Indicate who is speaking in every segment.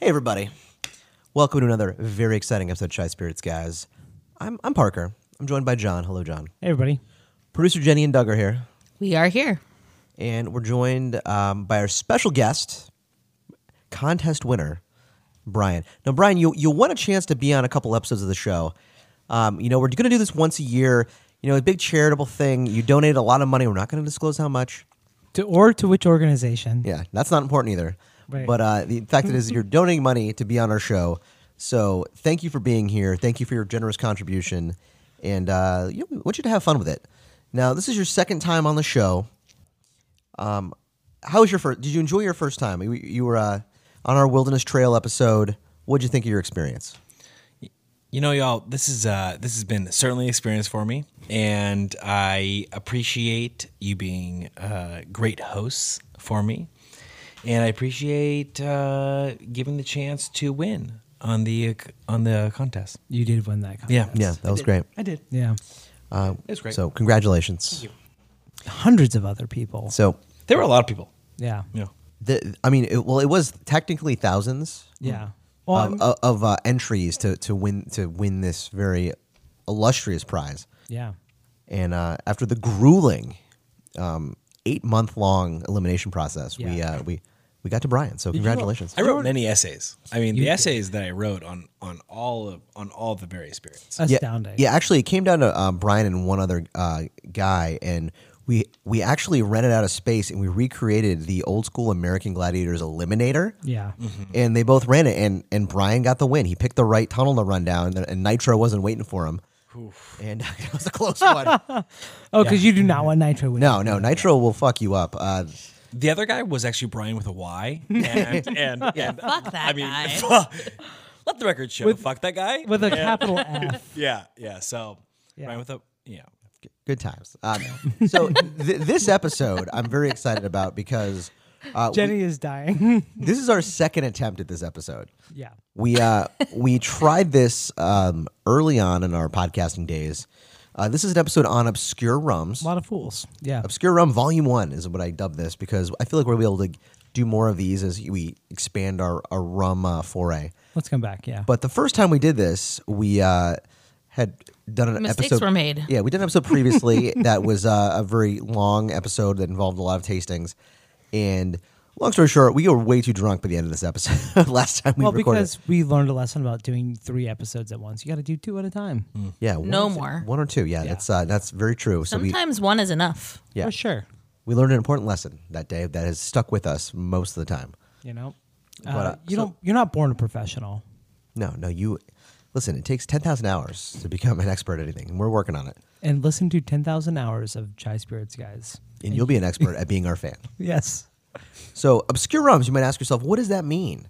Speaker 1: everybody. Welcome to another very exciting episode of Shy Spirits, guys. I'm, I'm Parker. I'm joined by John. Hello, John.
Speaker 2: Hey, everybody.
Speaker 1: Producer Jenny and Doug are here,
Speaker 3: We are here.
Speaker 1: and we're joined um, by our special guest, contest winner, Brian. Now, Brian, you, you won a chance to be on a couple episodes of the show. Um, you know, we're going to do this once a year. You know, a big charitable thing. You donated a lot of money. We're not going to disclose how much.
Speaker 2: To or to which organization?
Speaker 1: Yeah, that's not important either.
Speaker 2: Right.
Speaker 1: But uh, the fact that is, you're donating money to be on our show. So thank you for being here. Thank you for your generous contribution, and uh, you know, we want you to have fun with it. Now, this is your second time on the show. Um, how was your first? Did you enjoy your first time? You, you were uh, on our Wilderness Trail episode. What did you think of your experience?
Speaker 4: You know, y'all, this is uh, this has been certainly an experience for me, and I appreciate you being uh, great hosts for me, and I appreciate uh, giving the chance to win on the uh, on the contest.
Speaker 2: You did win that contest.
Speaker 4: Yeah,
Speaker 1: Yeah, that was great.
Speaker 4: I did.
Speaker 2: Yeah.
Speaker 1: Uh,
Speaker 4: It was great.
Speaker 1: So congratulations.
Speaker 2: Hundreds of other people.
Speaker 1: So
Speaker 4: There were a lot of people.
Speaker 2: Yeah.
Speaker 4: Yeah,
Speaker 1: the, I mean, it, well, it was technically thousands.
Speaker 2: Yeah. Well,
Speaker 1: of,
Speaker 2: I'm-
Speaker 1: of, of Mm-hmm. uh, entries to, to win to win this very illustrious prize.
Speaker 2: yeah.
Speaker 1: And uh, after the grueling um, eight month long elimination process, we
Speaker 2: Yeah.
Speaker 1: uh, we we got to Brian. So congratulations.
Speaker 4: I wrote many essays. I mean,
Speaker 2: You
Speaker 4: the
Speaker 2: did.
Speaker 4: essays that I wrote on on all of on all the various periods.
Speaker 1: yeah,
Speaker 2: Astounding.
Speaker 1: Yeah, actually, it came down to um, Brian and one other uh, guy, and we we actually rented out a space and we recreated the old school American Gladiators Eliminator.
Speaker 2: Yeah.
Speaker 1: Mm-hmm. and they both ran it and and Brian got the win. He picked the right tunnel to run down and, and Nitro wasn't waiting for him. And it was a close one.
Speaker 2: Oh, because you do not want nitro. Win.
Speaker 1: No, no, Nitro will fuck you up. Uh,
Speaker 4: The other guy was actually Brian with a Y, and and, and
Speaker 3: Fuck that
Speaker 4: I mean,
Speaker 3: guy.
Speaker 4: let the record show. fuck that guy
Speaker 2: With a capital F.
Speaker 4: Yeah, yeah. So
Speaker 2: Yeah.
Speaker 4: Brian with a yeah.
Speaker 1: good times. Um, so th- this episode, I'm very excited about because uh, we-
Speaker 2: Jenny is dying.
Speaker 1: this is our second attempt at this episode.
Speaker 2: yeah.
Speaker 1: We uh, we tried this um, early on in our podcasting days. Uh, this is an episode on obscure rums.
Speaker 2: A lot of fools. Yeah.
Speaker 1: Obscure Rum Volume One is what I dub this because I feel like we'll be able to do more of these as we expand our, our rum uh, foray.
Speaker 2: Let's come back. Yeah.
Speaker 1: But the first time we did this, we uh, had done an
Speaker 3: Mistakes
Speaker 1: episode.
Speaker 3: were made.
Speaker 1: Yeah, we did an episode previously that was uh, a very long episode that involved a lot of tastings. And long story short, we were way too drunk by the end of this episode. Last time we
Speaker 2: well,
Speaker 1: recorded,
Speaker 2: because we learned a lesson about doing three episodes at once. You got to do two at a time.
Speaker 1: yeah, one
Speaker 3: No
Speaker 1: or two-
Speaker 3: more.
Speaker 1: one or two. Yeah, that's uh, that's very true. So we
Speaker 3: Sometimes one is enough.
Speaker 1: yeah
Speaker 2: For sure.
Speaker 1: we learned an important lesson that day that has stuck with us most of the time.
Speaker 2: You know. Uh,
Speaker 1: But, uh,
Speaker 2: you
Speaker 1: so-
Speaker 2: don't. You're not born a professional.
Speaker 1: No, no, you listen, it takes 10,000 hours to become an expert at anything, and we're working on it.
Speaker 2: And listen to ten thousand hours of Chai Spirits, guys.
Speaker 1: And you'll be an expert at being our fan.
Speaker 2: Yes.
Speaker 1: So, obscure rums, you might ask yourself, what does that mean?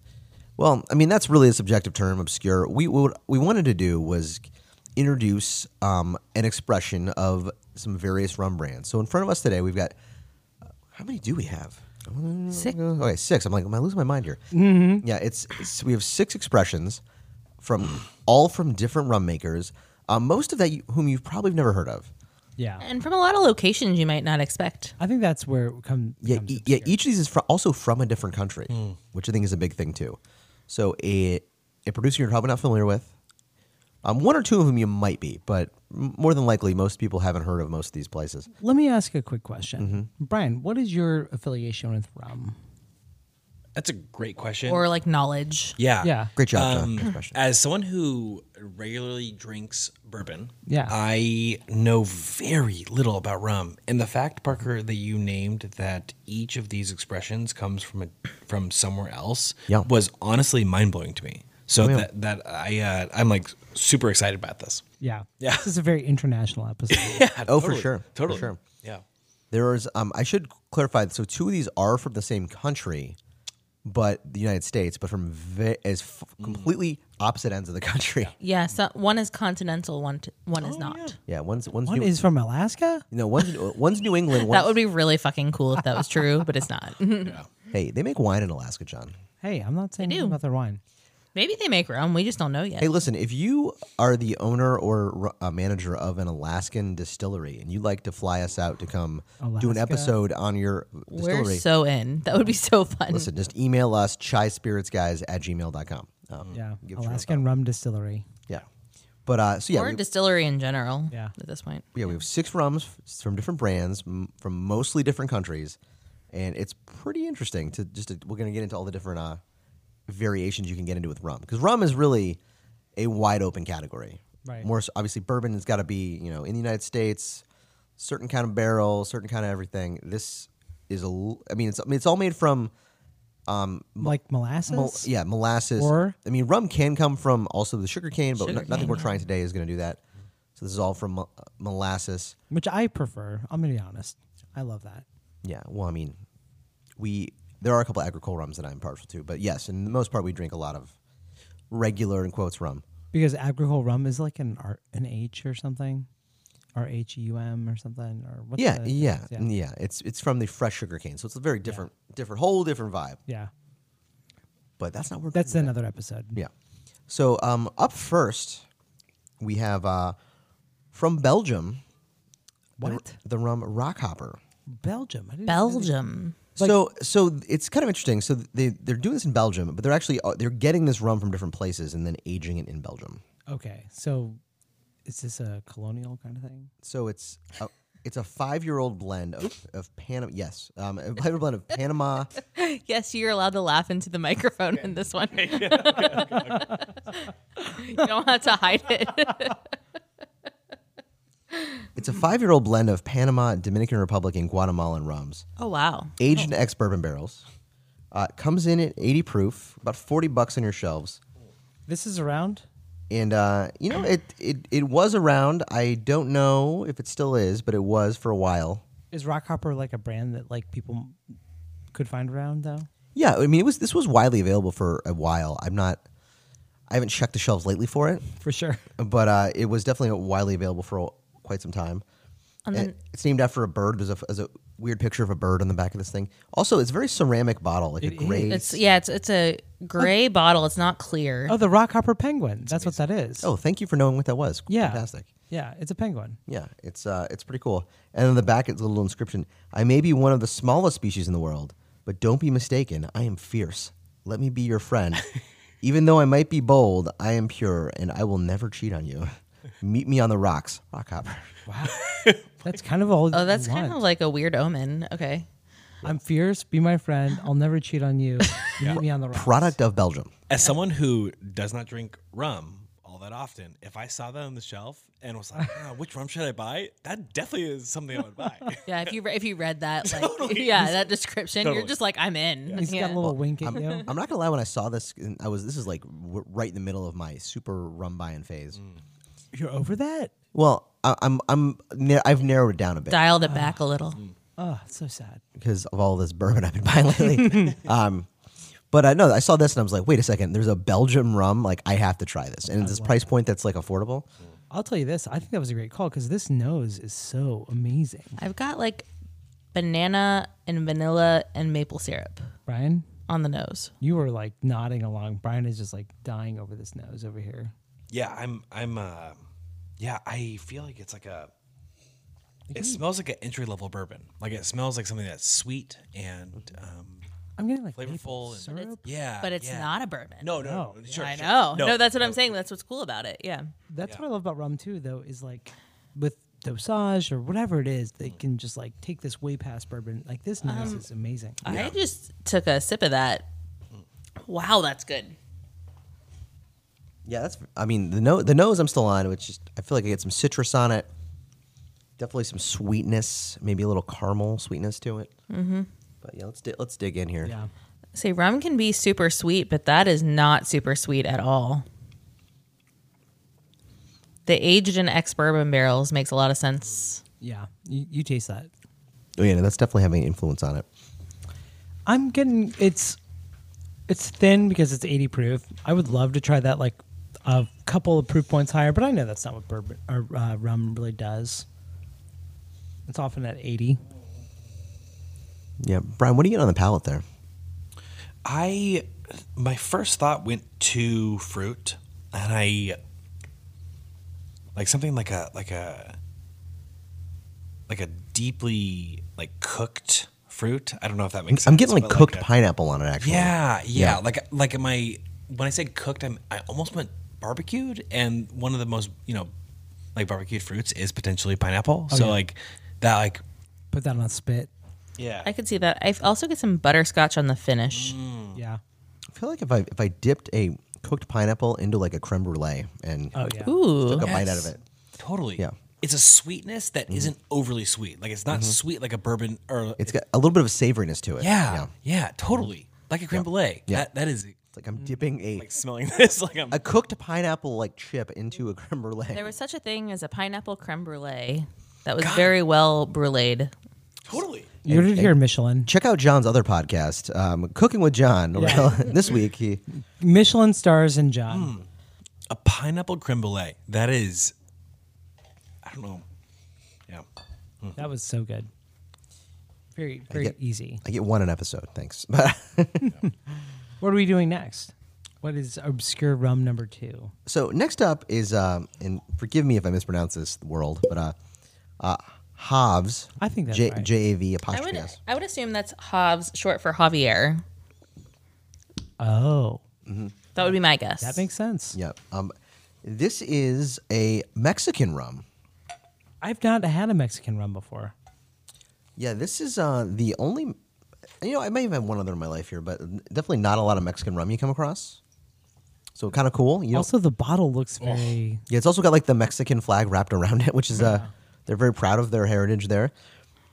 Speaker 1: Well, I mean, that's really a subjective term, obscure. We what we wanted to do was introduce um, an expression of some various rum brands. So, in front of us today, we've got uh, how many do we have?
Speaker 3: Six.
Speaker 1: Okay, six. I'm like, am I losing my mind here? Yeah, it's, it's we have six expressions from all from different rum makers. Um, most of that you, whom you've probably never heard of.
Speaker 2: Yeah.
Speaker 3: And from a lot of locations you might not expect.
Speaker 2: I think that's where it come,
Speaker 1: Yeah,
Speaker 2: comes.
Speaker 1: e- yeah. Each of these is fro- also from a different country, which I think is a big thing too. So a a producer you're probably not familiar with. Um, one or two of them you might be, but m- more than likely most people haven't heard of most of these places.
Speaker 2: Let me ask a quick question,
Speaker 1: Mm-hmm.
Speaker 2: Brian. What is your affiliation with rum?
Speaker 4: That's a great question.
Speaker 3: Or like knowledge.
Speaker 4: yeah, Um,
Speaker 2: Yeah.
Speaker 1: Ah, Great job, John. Next question.
Speaker 4: As someone who regularly drinks bourbon,
Speaker 2: Yeah.
Speaker 4: I know very little about rum. And the fact, Parker, that you named that each of these expressions comes from a, from somewhere else
Speaker 1: Yeah. Oh,
Speaker 4: was honestly mind blowing to me. So
Speaker 1: yeah.
Speaker 4: that that I uh, I'm like super excited about this.
Speaker 2: Yeah.
Speaker 4: Yeah.
Speaker 2: This is a very international episode.
Speaker 4: Yeah,
Speaker 1: Oh, for sure. For
Speaker 4: totally,
Speaker 1: sure.
Speaker 4: yeah.
Speaker 1: There is. Um, I should clarify. So two of these are from the same country, but the United States, but from ve- as f- completely opposite ends of the country. Hmm. Yeah.
Speaker 3: Yeah, so one is continental, one t- one
Speaker 1: Oh,
Speaker 3: is not.
Speaker 1: one's one's
Speaker 2: One
Speaker 1: New,
Speaker 2: is from Alaska?
Speaker 1: you know, one's one's New England. One's,
Speaker 3: That would be really fucking cool if that was true, but it's not.
Speaker 1: Hey, they make wine in Alaska, John.
Speaker 2: Hey, I'm not saying
Speaker 3: do.
Speaker 2: anything about their wine.
Speaker 3: Maybe they make rum. We just don't know yet.
Speaker 1: Hey, listen, if you are the owner or ru- uh, manager of an Alaskan distillery and you'd like to fly us out to come do an
Speaker 2: Alaska.
Speaker 1: episode on your
Speaker 3: We're
Speaker 1: distillery,
Speaker 3: so in. That would be so fun.
Speaker 1: listen, just email us chispiritsguys at gmail.com. Um,
Speaker 2: Yeah.
Speaker 1: give us your
Speaker 2: Alaskan Rum Distillery.
Speaker 1: Yeah. But uh, so yeah,
Speaker 3: or
Speaker 1: we,
Speaker 3: a distillery in general.
Speaker 2: Yeah.
Speaker 3: At this point.
Speaker 1: yeah, we have six rums f- from different brands m- from mostly different countries, and it's pretty interesting to just to, we're going to get into all the different uh, variations you can get into with rum because rum is really a wide open category.
Speaker 2: Right.
Speaker 1: More so, obviously, bourbon has got to be you know in the United States, certain kind of barrel, certain kind of everything. This is a l- I mean it's I mean, it's all made from
Speaker 2: Like molasses?
Speaker 1: Mol- yeah, molasses.
Speaker 2: Or-
Speaker 1: I mean, rum can come from also the sugar cane, but no-
Speaker 3: Sugar
Speaker 1: nothing
Speaker 3: cane,
Speaker 1: we're trying today is going to do that. So this is all from mo- molasses.
Speaker 2: Which I prefer. I'm going to be honest. I love that.
Speaker 1: Yeah. Well, I mean, we there are a couple agricultural rums that I'm partial to, but yes, in the most part, we drink a lot of regular in quotes rum.
Speaker 2: Because agricole rum is like an R, an H or something, or H E U M or something, or what's
Speaker 1: Yeah,
Speaker 2: the
Speaker 1: yeah, yeah,
Speaker 2: difference? yeah,
Speaker 1: It's it's from the fresh sugar cane, so it's a very different, different, whole different vibe.
Speaker 2: yeah.
Speaker 1: But that's not where
Speaker 2: That's another episode.
Speaker 1: Yeah. So um, up first, we have uh, from Belgium. the-
Speaker 2: What?
Speaker 1: the rum Rockhopper.
Speaker 2: Belgium. I didn't- I didn't-
Speaker 3: Belgium.
Speaker 1: so so it's kind of interesting. So they they're doing this in Belgium, but they're actually uh, they're getting this rum from different places and then aging it in Belgium.
Speaker 2: Okay, so is this a colonial kind of thing?
Speaker 1: So it's a, it's a five year old blend of, of Panama. Yes, um, a five year blend of Panama.
Speaker 3: Yes, you're allowed to laugh into the microphone in this one. you don't have to hide it.
Speaker 1: It's a five year old blend of Panama, Dominican Republic, and Guatemalan rums,
Speaker 3: Oh wow.
Speaker 1: aged in ex bourbon barrels. Uh, it comes in at eighty proof, about forty bucks on your shelves.
Speaker 2: This is around.
Speaker 1: And uh, you know, it, it it was around. I don't know if it still is, but it was for a while.
Speaker 2: Is Rockhopper like a brand that like people could find around though?
Speaker 1: Yeah, I mean, it was this was widely available for a while. I'm not, I haven't checked the shelves lately for it,
Speaker 2: For sure.
Speaker 1: but uh, it was definitely widely available for quite some time.
Speaker 3: And
Speaker 1: And
Speaker 3: then-
Speaker 1: it's named after a bird. There's a, there's a weird picture of a bird on the back of this thing. Also, it's a very ceramic bottle, like a
Speaker 2: It is.
Speaker 1: gray.
Speaker 3: It's yeah, it's it's a gray bottle. It's not clear.
Speaker 2: Oh, the Rockhopper penguin. That's what that is.
Speaker 1: Oh, thank you for knowing what that was.
Speaker 2: yeah,
Speaker 1: fantastic.
Speaker 2: Yeah, it's a penguin.
Speaker 1: Yeah, it's uh, it's pretty cool. And on the back, it's a little inscription. I may be one of the smallest species in the world, but don't be mistaken. I am fierce. Let me be your friend. Even though I might be bold, I am pure, and I will never cheat on you. Meet me on the rocks, rock hopper.
Speaker 2: Wow, that's kind of all.
Speaker 3: Oh, that's kind of like a weird omen. Okay.
Speaker 2: I'm fierce. Be my friend. I'll never cheat on you. Meet me on the rocks.
Speaker 1: Product of Belgium.
Speaker 4: As someone who does not drink rum all that often, if I saw that on the shelf and was like, ah, which rum should I buy? That definitely is something I would buy.
Speaker 3: Yeah, if you re- if you read that, like, yeah, that description,
Speaker 4: Totally.
Speaker 3: you're just like, I'm in.
Speaker 2: He's
Speaker 3: Yeah.
Speaker 2: got a little wink at you.
Speaker 1: I'm not gonna lie. When I saw this, and I was this is like w- right in the middle of my super rum buying phase.
Speaker 2: You're over that?
Speaker 1: Well, I, I'm I'm na- I've narrowed it down a bit.
Speaker 3: dialed it back a little.
Speaker 2: Oh, it's so sad.
Speaker 1: because of all this bourbon I've been buying lately. um, but I know I saw this and I was like, wait a second, there's a Belgium rum. Like I have to try this, and it's this price point that's like affordable.
Speaker 2: I'll tell you this. I think that was a great call because this nose is so amazing.
Speaker 3: I've got like banana and vanilla and maple syrup
Speaker 2: Brian,
Speaker 3: on the nose.
Speaker 2: you were like nodding along. Brian is just like dying over this nose over here.
Speaker 4: Yeah, I'm. I'm. Uh, yeah, I feel like it's like a. It smells like an entry level bourbon. Like it smells like something that's sweet and um,
Speaker 2: I'm getting like maple
Speaker 4: flavorful. And,
Speaker 2: syrup.
Speaker 4: yeah,
Speaker 3: But it's
Speaker 4: yeah.
Speaker 3: not a bourbon.
Speaker 4: No, no, no.
Speaker 2: No.
Speaker 4: Sure,
Speaker 3: I
Speaker 4: sure.
Speaker 3: know. No, that's what I'm saying. That's what's cool about it. Yeah.
Speaker 2: That's what I love about rum too, though, is like with dosage or whatever it is, they can just like take this way past bourbon. Like this nose is amazing.
Speaker 3: I just took a sip of that. Wow, that's good.
Speaker 1: Yeah, that's. I mean, the nose, the nose I'm still on, which is I feel like I get some citrus on it. Definitely some sweetness, maybe a little caramel sweetness to it. Mm-hmm. But yeah, let's di- let's dig in here.
Speaker 2: yeah.
Speaker 3: Say rum can be super sweet, but that is not super sweet at all. The aged in ex bourbon barrels makes a lot of sense.
Speaker 2: Yeah. You, you taste that.
Speaker 1: Oh yeah, no, that's definitely having an influence on it.
Speaker 2: I'm getting it's it's thin because it's 80 proof. I would love to try that like a couple of proof points higher, but I know that's not what bourbon or uh, rum really does. It's often at 80.
Speaker 1: Yeah, Brian, what do you get on the palate there?
Speaker 4: I my first thought went to fruit, and I like something like a like a like a deeply like cooked fruit. I don't know if that makes. sense.
Speaker 1: I'm getting like
Speaker 4: but
Speaker 1: cooked
Speaker 4: a-
Speaker 1: pineapple on it. Actually,
Speaker 4: yeah, yeah,
Speaker 1: Yeah.
Speaker 4: Like like my when I said cooked, I'm, I almost meant barbecued, and one of the most you know like barbecued fruits is potentially pineapple.
Speaker 1: Oh,
Speaker 4: so
Speaker 2: yeah.
Speaker 4: like that like
Speaker 2: Put that on spit.
Speaker 4: yeah.
Speaker 3: I could see that. I also get some butterscotch on the finish.
Speaker 2: Yeah.
Speaker 1: I feel like if I if I dipped a cooked pineapple into like a creme brulee and
Speaker 2: Oh yeah.
Speaker 3: Ooh,
Speaker 1: took a bite out of
Speaker 4: Yes.
Speaker 1: it,
Speaker 4: Totally.
Speaker 1: Yeah. Mm-hmm.
Speaker 4: It's a sweetness that not overly sweet. Like it's not sweet like a bourbon or
Speaker 1: it's got a little bit of savoriness to it.
Speaker 4: yeah, yeah, totally. Like a creme brulee.
Speaker 1: Yeah.
Speaker 4: That that is
Speaker 1: It's like I'm dipping a
Speaker 4: like smelling this like I'm
Speaker 1: a cooked pineapple like chip into a creme brulee.
Speaker 3: There was such a thing as a pineapple creme brulee that was very well bruleed.
Speaker 4: totally.
Speaker 2: You heard it here, Michelin.
Speaker 1: Check out John's other podcast, um, Cooking with John. Well, this week he
Speaker 2: Michelin stars and John.
Speaker 4: A pineapple creme brulee. That is I don't know. Yeah.
Speaker 2: That was so good. Very very
Speaker 1: get-
Speaker 2: easy.
Speaker 1: Hmm. I get one an episode. Thanks, but
Speaker 2: What are we doing next? What is obscure rum number two?
Speaker 1: So next up is, um, and forgive me if I mispronounce this world, but uh, uh, Havs.
Speaker 2: I think that's
Speaker 1: J
Speaker 2: right.
Speaker 1: J A V
Speaker 3: I would
Speaker 1: apostrophe S.
Speaker 3: I would assume that's Hobbs, short for Javier.
Speaker 2: Oh,
Speaker 3: That would be my guess.
Speaker 2: that makes sense.
Speaker 1: Yep. Um, this is a Mexican rum.
Speaker 2: I've not had a Mexican rum before.
Speaker 1: Yeah, this is uh, the only. You know, I may have had one other in my life here, but definitely not a lot of Mexican rum you come across. So kind of cool. You know,
Speaker 2: Also, the bottle looks very.
Speaker 1: yeah, it's also got like the Mexican flag wrapped around it, which is uh, they're very proud of their heritage there.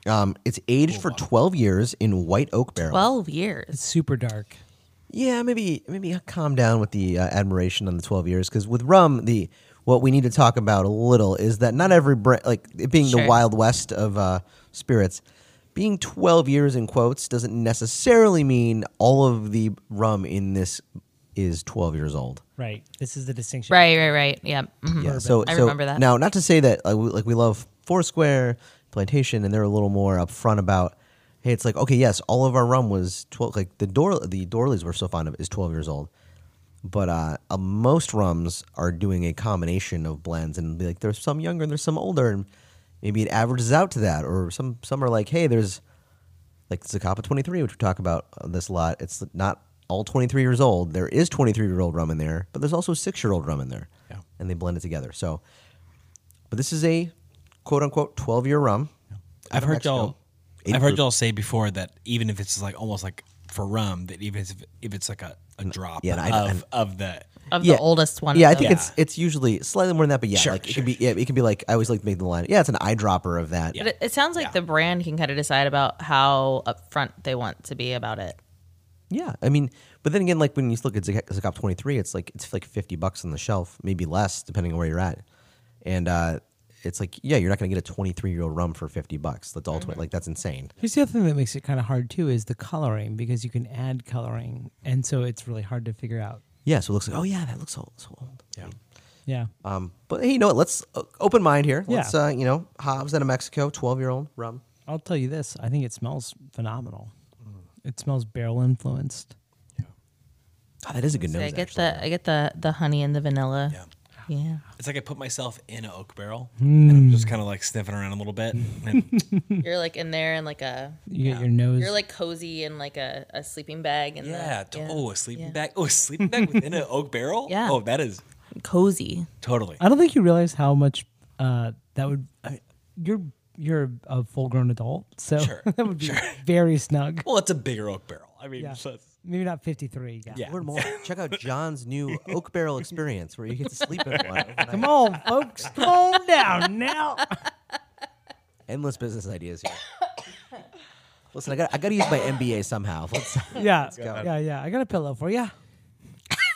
Speaker 1: Um, it's aged for 12 years in white oak barrels.
Speaker 3: Twelve years.
Speaker 2: It's super dark.
Speaker 1: Yeah, maybe maybe calm down with the uh, admiration on the twelve years because with rum, the what we need to talk about a little is that not every brand, like it being the
Speaker 3: Sure.
Speaker 1: wild west of uh, spirits, being twelve years in quotes doesn't necessarily mean all of the rum in this is twelve years old.
Speaker 2: Right. This is the distinction.
Speaker 3: Right, right, right. Yeah. mhm.
Speaker 1: Yeah, so
Speaker 3: I
Speaker 1: so
Speaker 3: remember that.
Speaker 1: Now, not to say that like we, like we love Foursquare, Plantation, and they're a little more upfront about. Hey, it's like okay, yes, all of our rum was twelve. Like the door, the Dorleys we're so fond of is twelve years old, but uh, uh, most rums are doing a combination of blends and be like there's some younger and there's some older, and maybe it averages out to that, or some some are like hey, there's like Zacapa 23, which we talk about on this lot. It's not all 23 years old. There is 23 year old rum in there, but there's also six year old rum in there.
Speaker 4: Yeah.
Speaker 1: And they blend it together. So, but this is a quote unquote 12 year rum.
Speaker 4: I've heard
Speaker 1: Mexico.
Speaker 4: y'all
Speaker 1: Eight
Speaker 4: I've heard
Speaker 1: proof.
Speaker 4: y'all say before that even if it's like almost like for rum, that even if, if it's like a, a drop
Speaker 1: yeah, and I-
Speaker 4: of of the
Speaker 3: Of
Speaker 1: Yeah.
Speaker 3: the oldest one.
Speaker 1: Yeah, I
Speaker 3: of
Speaker 1: think
Speaker 3: those.
Speaker 1: it's it's usually slightly more than that, but yeah,
Speaker 4: Sure,
Speaker 1: like it
Speaker 4: sure,
Speaker 1: can be yeah, it can be like I always like to make the line. Yeah, it's an eyedropper of that.
Speaker 3: But it, it sounds like the brand can kind of decide about how upfront they want to be about it.
Speaker 1: Yeah, I mean, but then again, like when you look at Zac- Zacop twenty three, it's like it's like fifty bucks on the shelf, maybe less depending on where you're at, and uh, it's like yeah, you're not gonna get a twenty three year old rum for fifty bucks. That's all
Speaker 3: Mm-hmm.
Speaker 1: like that's insane.
Speaker 2: Here's the other thing that makes it kind of hard too is the coloring because you can add coloring, and so it's really hard to figure out.
Speaker 1: Yeah, so it looks like oh yeah, that looks so, so old. Yeah.
Speaker 2: Yeah.
Speaker 1: Um, but hey, you know what? Let's uh, open mind here.
Speaker 2: Yeah.
Speaker 1: Let's uh, you know, Hobbs out of Mexico, twelve year old rum.
Speaker 2: I'll tell you this. I think it smells phenomenal.
Speaker 1: mm.
Speaker 2: It smells barrel influenced.
Speaker 1: Oh, that is a good
Speaker 3: So
Speaker 1: nose.
Speaker 3: I get
Speaker 1: actually.
Speaker 3: the I get the the honey and the vanilla.
Speaker 4: Yeah.
Speaker 3: Yeah.
Speaker 4: It's like I put myself in an oak barrel and
Speaker 1: Hmm.
Speaker 4: I'm just kind of like sniffing around a little bit. And
Speaker 3: You're like in there in like a
Speaker 2: You get your nose.
Speaker 3: you're like cozy in like a, a sleeping bag and
Speaker 4: yeah, to- oh, a sleeping
Speaker 3: yeah.
Speaker 4: bag. Oh, a sleeping bag within an oak barrel?
Speaker 3: Yeah.
Speaker 4: Oh, that is
Speaker 3: cozy.
Speaker 4: totally.
Speaker 2: I don't think you realize how much uh, that would. I you're you're a full grown adult, so
Speaker 4: Sure,
Speaker 2: that would be very snug.
Speaker 4: Well, it's a bigger oak barrel. I mean,
Speaker 2: Yeah.
Speaker 4: so it's-
Speaker 2: Maybe not fifty three. Yeah.
Speaker 4: yeah.
Speaker 1: Learn more. Check out John's new oak barrel experience, where you get to sleep in one.
Speaker 2: Come
Speaker 1: overnight.
Speaker 2: on, folks, come on down now.
Speaker 1: Endless business ideas here. Listen, I got I got to use my MBA somehow. Let's.
Speaker 2: Yeah, yeah, yeah. I got a pillow for you.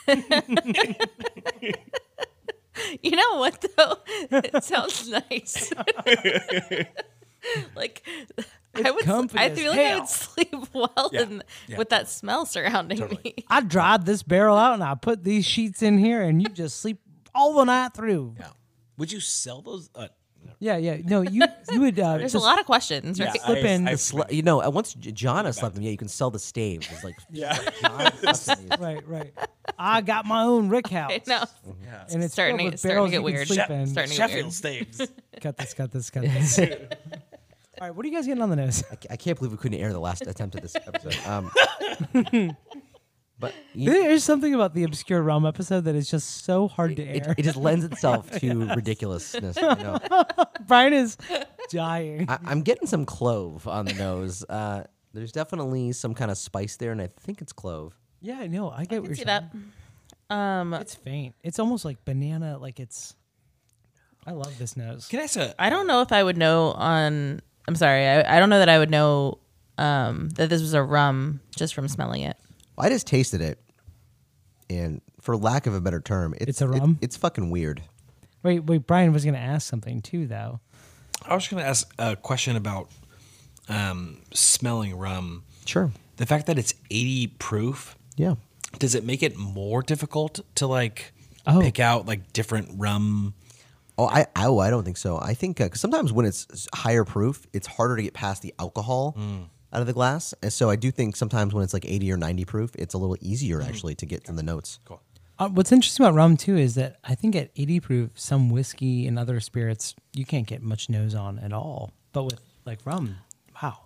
Speaker 3: You know what though? it sounds nice. like I would
Speaker 2: comfy
Speaker 3: I
Speaker 2: as
Speaker 3: feel like I
Speaker 2: hell.
Speaker 3: would sleep well
Speaker 4: Yeah,
Speaker 3: in,
Speaker 4: yeah.
Speaker 3: with that smell surrounding me.
Speaker 2: I dried this barrel out and I put these sheets in here, and you just sleep all the night through.
Speaker 4: Yeah. Would you sell those? Uh, never
Speaker 2: Yeah, yeah. No, you you would uh,
Speaker 3: There's
Speaker 2: just
Speaker 3: a lot of questions, right?
Speaker 2: slip in.
Speaker 4: I-
Speaker 1: Sl- you know, uh, once J- Jonna slept them, yeah, you can sell the staves. It's like, yeah. Jonna slept them.
Speaker 2: right, right. I got my own rick house.
Speaker 3: I know.
Speaker 2: and it's
Speaker 3: starting
Speaker 2: filled
Speaker 3: to-
Speaker 2: with
Speaker 3: starting to
Speaker 2: barrels you
Speaker 3: get
Speaker 2: can
Speaker 3: weird.
Speaker 2: sleep in.
Speaker 3: Starting to-
Speaker 4: Sheffield staves.
Speaker 2: Cut this, cut this, cut this. All right, what are you guys getting on the nose?
Speaker 1: I, ca- I can't believe we couldn't air the last attempt at this episode. Um, but you-
Speaker 2: There is something about the obscure realm episode that is just so hard to
Speaker 1: it,
Speaker 2: air.
Speaker 1: it just lends itself to ridiculousness. You know?
Speaker 2: Brian is dying.
Speaker 1: I, I'm getting some clove on the nose. Uh, there's definitely some kind of spice there, and I think it's clove.
Speaker 2: yeah, I know. I get what you're
Speaker 3: You can see
Speaker 2: saying.
Speaker 3: that. Um,
Speaker 2: It's faint. It's almost like banana. Like it's. I love this nose.
Speaker 4: Can I ask a-
Speaker 3: I don't know if I would know on. I'm sorry. I, I don't know that I would know um, that this was a rum just from smelling it.
Speaker 1: I just tasted it, and for lack of a better term, it's,
Speaker 2: It's a
Speaker 1: it-
Speaker 2: rum?
Speaker 1: it's fucking weird.
Speaker 2: Wait, wait. Brian was going to ask something too, though.
Speaker 4: I was going to ask a question about um, smelling rum.
Speaker 1: Sure.
Speaker 4: The fact that it's 80 proof,
Speaker 1: Yeah.
Speaker 4: does it make it more difficult to like
Speaker 2: Oh.
Speaker 4: pick out like different rum?
Speaker 1: Oh, I I- oh, I don't think so. I think uh 'cause sometimes when it's s- higher proof, it's harder to get past the alcohol out of the glass, and so I do think sometimes when it's like eighty or ninety proof, it's a little easier actually to get to the notes.
Speaker 4: Cool.
Speaker 2: Uh, what's interesting about rum too is that I think at 80 proof, some whiskey and other spirits you can't get much nose on at all. But with like rum, wow.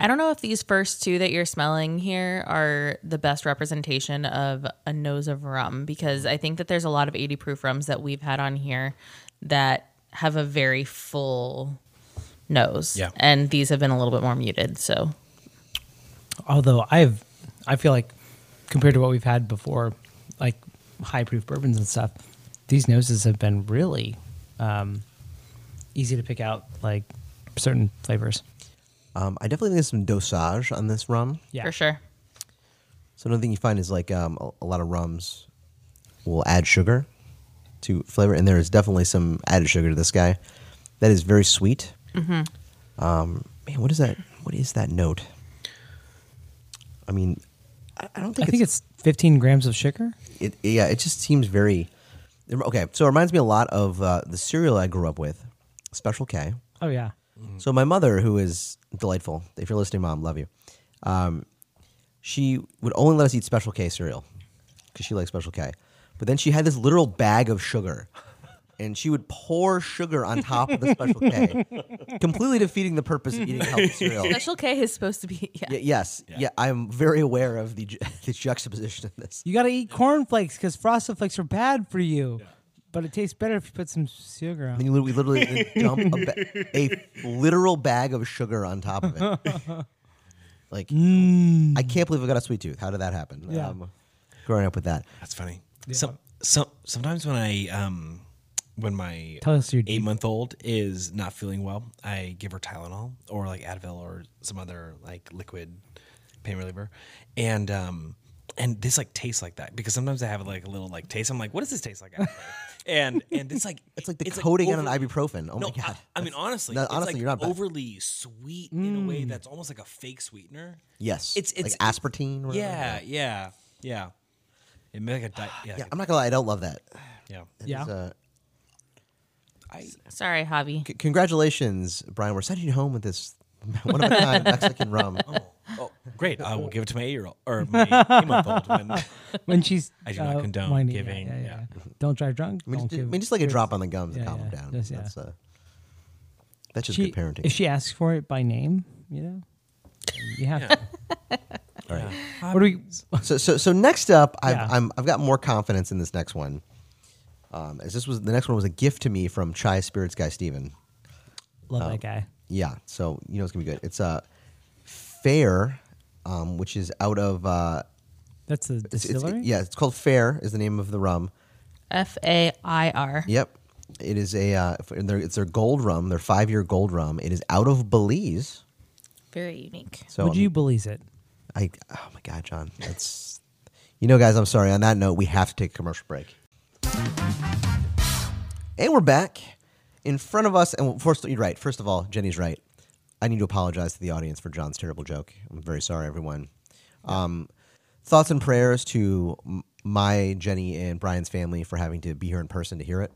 Speaker 3: I don't know if these first two that you're smelling here are the best representation of a nose of rum because I think that there's a lot of 80 proof rums that we've had on here that have a very full nose.
Speaker 4: Yeah.
Speaker 3: And these have been a little bit more muted. So
Speaker 2: Although I've, I feel like compared to what we've had before, like high proof bourbons and stuff, these noses have been really um, easy to pick out, like certain flavors.
Speaker 1: Um, I definitely think there's some dosage on this rum.
Speaker 2: Yeah,
Speaker 3: for sure.
Speaker 1: So another thing you find is like um, a, a lot of rums will add sugar to flavor, and there is definitely some added sugar to this guy. That is very sweet. Mm-hmm. Um, man, what is that? What is that note? I mean, I, I don't
Speaker 2: I
Speaker 1: think,
Speaker 2: think
Speaker 1: it's,
Speaker 2: it's 15 grams of sugar.
Speaker 1: it, yeah, it just seems very okay. So it reminds me a lot of uh, the cereal I grew up with, Special K.
Speaker 2: Oh yeah,
Speaker 1: So my mother, who is delightful, if you're listening, mom, love you. Um, she would only let us eat Special K cereal because she likes Special K. But then she had this literal bag of sugar, and she would pour sugar on top of the Special K, completely defeating the purpose of eating healthy cereal.
Speaker 3: Special K is supposed to be, yeah.
Speaker 1: Y- yes, yeah. I'm very aware of the, ju- the juxtaposition of this.
Speaker 2: you got to eat cornflakes because frosted flakes are bad for you. But it tastes better if you put some sugar on.
Speaker 1: And
Speaker 2: it.
Speaker 1: you lit- we literally then dump a, ba- a literal bag of sugar on top of it. Like, I can't believe I got a sweet tooth. How did that happen? Um,
Speaker 2: Yeah.
Speaker 1: growing up with that.
Speaker 4: That's funny. Some, some, sometimes when I, um, when my
Speaker 2: Tell us your
Speaker 4: eight month old is not feeling well, I give her Tylenol or like Advil or some other like liquid pain reliever, and um, and this like tastes like that because sometimes I have like a little like taste. I'm like, what does this taste like? Advil?" and and it's like
Speaker 1: It's like the coating on
Speaker 4: over-
Speaker 1: an ibuprofen. Oh
Speaker 4: no,
Speaker 1: my god.
Speaker 4: I, I mean honestly,
Speaker 1: No,
Speaker 4: it's
Speaker 1: honestly,
Speaker 4: like
Speaker 1: you're not bad. Mm.
Speaker 4: overly sweet in a way that's almost like a fake sweetener.
Speaker 1: yes.
Speaker 4: it's it's
Speaker 1: like aspartame. Or whatever.
Speaker 4: yeah, yeah, yeah. It made like a di- yeah,
Speaker 1: Yeah,
Speaker 4: like
Speaker 1: I'm not gonna lie. I don't love that.
Speaker 4: a- yeah.
Speaker 1: It
Speaker 2: Yeah.
Speaker 1: is, uh,
Speaker 4: I
Speaker 3: Sorry, Javi.
Speaker 1: c- congratulations, Brian. We're sending you home with this one of a kind Mexican rum.
Speaker 4: Oh, great. I will give it to my eight year old or my eight month old. When,
Speaker 2: when she's
Speaker 4: I do not condone
Speaker 2: whiny, yeah,
Speaker 4: giving,
Speaker 2: Yeah,
Speaker 4: yeah.
Speaker 2: yeah. Don't drive drunk.
Speaker 1: I mean,
Speaker 2: don't
Speaker 1: just, I
Speaker 2: give-
Speaker 1: mean, just like a drop on the gums and
Speaker 2: Yeah,
Speaker 1: calm
Speaker 2: yeah,
Speaker 1: them down.
Speaker 2: just- yeah.
Speaker 1: That's uh, that's just
Speaker 2: she,
Speaker 1: good parenting.
Speaker 2: If she asks for it by name, you know, you have
Speaker 4: Yeah.
Speaker 2: to.
Speaker 1: All right.
Speaker 2: What do we?
Speaker 1: So, so, so next up, I've,
Speaker 2: Yeah.
Speaker 1: I'm, I've got more confidence in this next one. Um, as this was the next one was a gift to me from Chai Spirits guy Steven.
Speaker 2: Love
Speaker 1: Oh.
Speaker 2: that guy.
Speaker 1: Yeah, so you know it's gonna be good. It's uh, Fair, um, which is out of uh,
Speaker 2: That's the
Speaker 1: it's, it's,
Speaker 2: distillery.
Speaker 1: yeah, it's called Fair is the name of the rum.
Speaker 3: F A I R.
Speaker 1: Yep, it is a uh, f- and their- it's their gold rum, their five year gold rum. It is out of Belize.
Speaker 3: Very unique.
Speaker 1: So
Speaker 2: Would you believe it?
Speaker 1: I oh my god, John, that's you know, guys. I'm sorry. On that note, we have to take a commercial break, and we're back in front of us. And first, you're right. First of all, Jenny's right. I need to apologize to the audience for John's terrible joke. I'm very sorry, everyone. Um, thoughts and prayers to m- my Jenny and Brian's family for having to be here in person to hear it.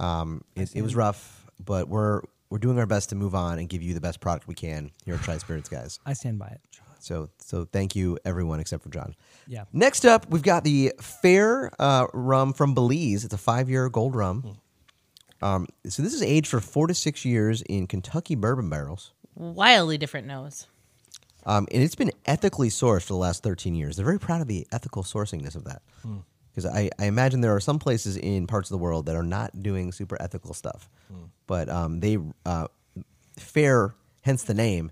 Speaker 1: Um, it, it was rough. but we're we're doing our best to move on and give you the best product we can here at Tri Spirits, guys.
Speaker 2: I stand by it.
Speaker 1: So so thank you everyone except for John.
Speaker 2: Yeah.
Speaker 1: Next up, we've got the Fair uh, rum from Belize. It's a five-year gold rum. Um, so this is aged for four to six years in Kentucky bourbon barrels,
Speaker 3: Wildly different nose.
Speaker 1: um, and it's been ethically sourced for the last thirteen years. They're very proud of the ethical sourcingness of that, because I, I imagine there are some places in parts of the world that are not doing super ethical stuff, but um, they uh, Fair, hence the name,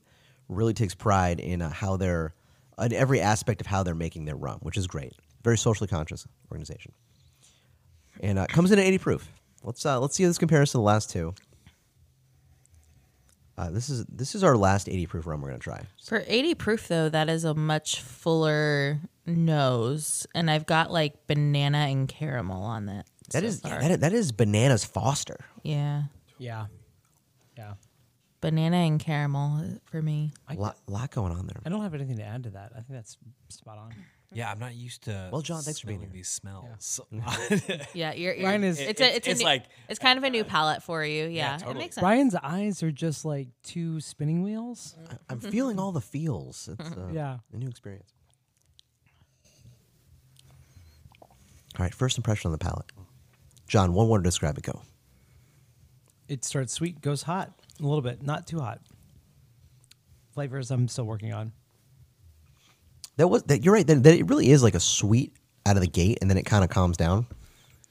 Speaker 1: really takes pride in uh, how they're in every aspect of how they're making their rum, which is great. Very socially conscious organization, and uh, comes in at eighty proof. Let's uh, let's see how this compares to the last two. Uh, this is this is our last eighty proof rum we're gonna try.
Speaker 3: For 80 proof, though, that is a much fuller nose. And I've got like banana and caramel on that.
Speaker 1: That
Speaker 3: so
Speaker 1: is yeah,
Speaker 3: far.
Speaker 1: that is that is bananas Foster.
Speaker 3: yeah.
Speaker 2: Yeah. Yeah.
Speaker 3: Banana and caramel uh, for me.
Speaker 1: A lot, lot going on there.
Speaker 2: I don't have anything to add to that. I think that's spot on.
Speaker 4: Yeah, I'm not used to.
Speaker 1: Well, John, thanks for being
Speaker 4: smelling
Speaker 1: here.
Speaker 4: These smells.
Speaker 3: Yeah, you're, you're,
Speaker 2: Mine is-
Speaker 3: it's, a, it's, a
Speaker 4: it's
Speaker 3: new-
Speaker 4: like-
Speaker 3: it's kind of a new palette for you. Yeah,
Speaker 4: totally.
Speaker 3: it makes sense.
Speaker 2: Brian's eyes are just like two spinning wheels.
Speaker 1: I- I'm feeling all the feels. It's uh,
Speaker 2: Yeah.
Speaker 1: a new experience. All right, first impression on the palate. John, one word to describe it. Go.
Speaker 2: It starts sweet, goes hot a little bit, not too hot. Flavors I'm still working on.
Speaker 1: That was that. You're right. That, that it really is like a sweet out of the gate, and then it kind of calms down,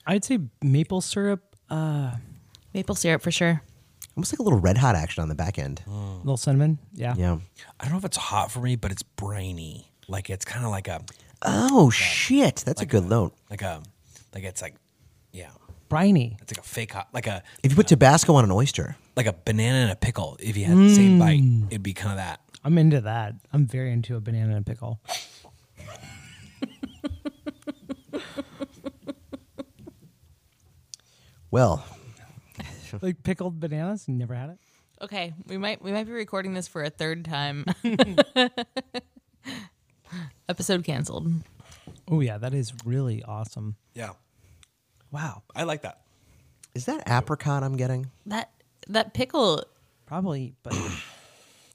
Speaker 2: I'd say maple syrup, uh,
Speaker 3: Maple syrup for sure.
Speaker 1: almost like a little red hot action on the back end.
Speaker 2: little cinnamon. Yeah.
Speaker 1: Oh. Yeah.
Speaker 4: I don't know if it's hot for me, but it's brainy. Like it's kind of like a
Speaker 1: Oh shit, that's a good note.
Speaker 4: like a like it's like yeah,
Speaker 2: Briny.
Speaker 4: it's like a fake hot like a
Speaker 1: If you put Tabasco on an oyster,
Speaker 4: like a banana and a pickle. If you had the
Speaker 1: Mm.
Speaker 4: same bite, it'd be kind of that.
Speaker 2: I'm into that. I'm very into a banana and pickle.
Speaker 1: well,
Speaker 2: like pickled bananas, never had it.
Speaker 3: Okay, we might we might be recording this for a third time. Episode canceled.
Speaker 2: Oh yeah, that is really awesome.
Speaker 4: Yeah,
Speaker 2: Wow.
Speaker 4: I like that.
Speaker 1: is that apricot I'm getting?
Speaker 3: That that pickle,
Speaker 2: Probably, but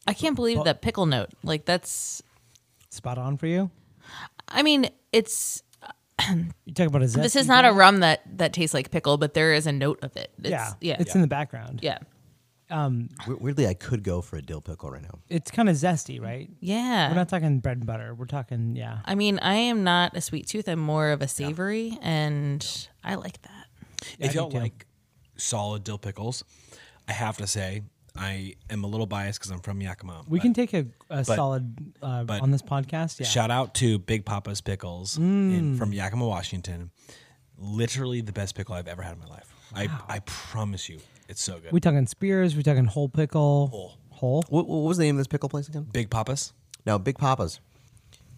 Speaker 3: I can't believe that pickle note. Like that's,
Speaker 2: spot on for you.
Speaker 3: I mean, it's
Speaker 2: You talk about a zest.
Speaker 3: this is not a rum that that tastes like pickle, but there is a note of it. It's,
Speaker 2: yeah,
Speaker 3: yeah,
Speaker 2: It's in the background.
Speaker 3: yeah,
Speaker 1: We- Weirdly, I could go for a dill pickle right now.
Speaker 2: It's kind of zesty, right?
Speaker 3: yeah.
Speaker 2: We're not talking bread and butter. We're talking yeah.
Speaker 3: I mean, I am not a sweet tooth. I'm more of a savory, and I like that.
Speaker 4: if y'all like solid dill pickles, I have to say I am a little biased because I'm from Yakima.
Speaker 2: We
Speaker 4: but
Speaker 2: can take a, a solid uh,
Speaker 4: but-
Speaker 2: on this podcast. Yeah. Mm.
Speaker 4: shout out to Big Papa's Pickles in, from Yakima, Washington. Literally the best pickle I've ever had in my life. I I promise you, it's so good.
Speaker 2: we talking spears. We talking whole pickle.
Speaker 4: Whole.
Speaker 2: Whole.
Speaker 1: What, what was the name of this pickle place again?
Speaker 4: Big Papa's.
Speaker 1: Now, Big Papa's,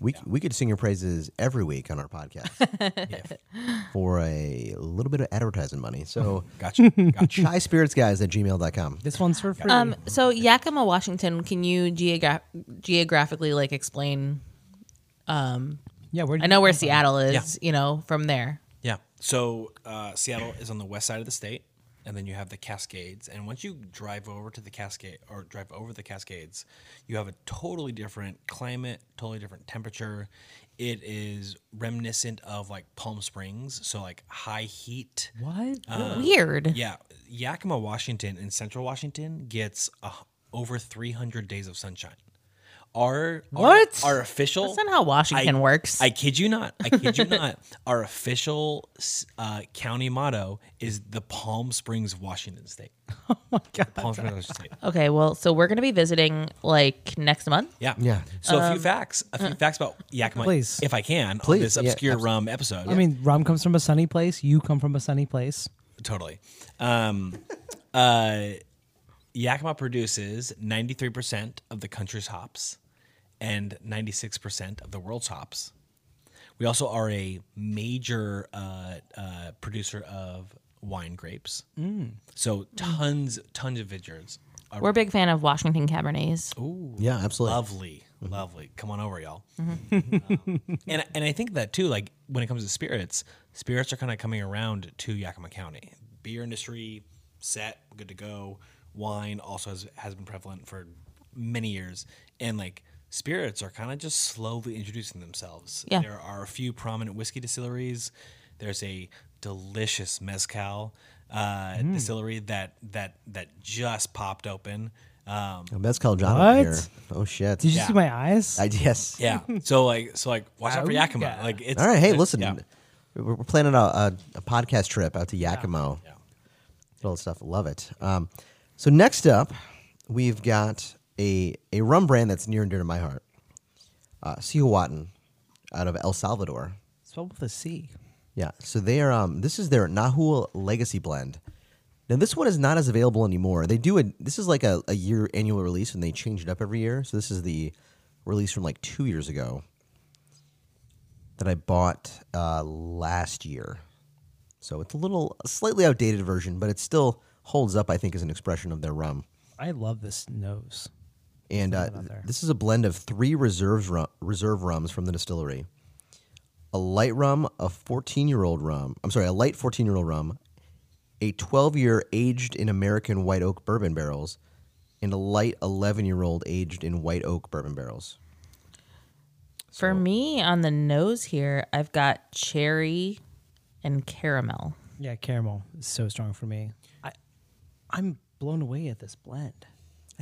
Speaker 1: we we could sing your praises every week on our podcast
Speaker 4: Yeah.
Speaker 1: for a little bit of advertising money. So,
Speaker 4: Gotcha. Gotcha.
Speaker 1: high spirits guys at gmail.com.
Speaker 2: This one's for free.
Speaker 3: Um, so Yakima, Washington, can you geogra- geographically like explain?
Speaker 2: yeah. Where do
Speaker 3: I
Speaker 2: you-
Speaker 3: know where Seattle is, you know, from there.
Speaker 4: yeah. So uh, Seattle is on the west side of the state, and then you have the Cascades. And once you drive over to the Cascade or drive over the Cascades, you have a totally different climate, totally different temperature. It is reminiscent of like Palm Springs, so like high heat.
Speaker 2: What?
Speaker 4: Uh,
Speaker 3: Weird.
Speaker 4: Yeah, Yakima, Washington, and Central Washington gets uh, over 300 days of sunshine. Our
Speaker 2: What?
Speaker 4: Our, our official.
Speaker 3: That's not how Washington
Speaker 4: I-
Speaker 3: works.
Speaker 4: I kid you not. I kid you not. Our official s- uh, county motto is the Palm Springs of Washington State. Oh my god. Palm Springs of Washington State.
Speaker 3: okay, well, so we're gonna be visiting like next month.
Speaker 4: Yeah.
Speaker 1: Yeah.
Speaker 4: So
Speaker 3: Um,
Speaker 4: a few facts. A few
Speaker 3: uh,
Speaker 4: facts about Yakima,
Speaker 2: Please.
Speaker 4: if I can,
Speaker 1: Please,
Speaker 4: on this
Speaker 1: yeah,
Speaker 4: obscure rum episode.
Speaker 2: I mean, rum comes from a sunny place. You come from a sunny place.
Speaker 4: Totally. Um, uh, Yakima produces 93% of the country's hops and 96% of the world's hops. We also are a major uh, uh, producer of wine grapes. So tons, tons of vineyards. Are
Speaker 3: We're a big fan of Washington Cabernets.
Speaker 1: Yeah, absolutely.
Speaker 4: lovely, lovely. Come on over, y'all. Um, and and I think that too. Like when it comes to spirits, spirits are kind of coming around to Yakima County. Beer industry, set, good to go. Wine also has, has been prevalent for many years, and like spirits are kind of just slowly introducing themselves.
Speaker 3: Yeah.
Speaker 4: There are a few prominent whiskey distilleries. There's a delicious mezcal uh, distillery that that that just popped open. Um,
Speaker 1: Oh, Mezcal John over
Speaker 2: What?
Speaker 1: here. Oh shit.
Speaker 2: Did you
Speaker 4: Yeah.
Speaker 2: see my eyes?
Speaker 1: I, yes.
Speaker 4: yeah. So like so like watch out for
Speaker 2: Wow,
Speaker 4: Yakima.
Speaker 2: yeah.
Speaker 4: Like it's
Speaker 1: All right. Hey,
Speaker 4: there's-
Speaker 1: listen.
Speaker 4: yeah.
Speaker 1: We're we're planning a, a, a podcast trip out to Yakima.
Speaker 4: Yeah.
Speaker 1: Good old stuff. Love it. Um, so next up, we've got a a rum brand that's near and dear to my heart. Uh, Cihuatan out of El Salvador.
Speaker 2: Spelled with a C.
Speaker 1: Yeah. So they are. Um, this is their Nahul Legacy Blend. Now this one is not as available anymore. They do it. This is like a, a year annual release, and they change it up every year. So this is the release from like two years ago that I bought uh, last year. So it's a little a slightly outdated version, but it still holds up. I think as an expression of their rum.
Speaker 2: I love this nose.
Speaker 1: And uh,
Speaker 2: Something about there.
Speaker 1: this is a blend of three reserves rum, reserve rums from the distillery a light rum, a 14 year old rum, I'm sorry, a light 14 year old rum, a 12 year aged in American white oak bourbon barrels, and a light 11 year old aged in white oak bourbon barrels.
Speaker 3: For me, on the nose here, I've got cherry and caramel.
Speaker 2: Yeah, caramel is so strong for me. I, I'm blown away at this blend.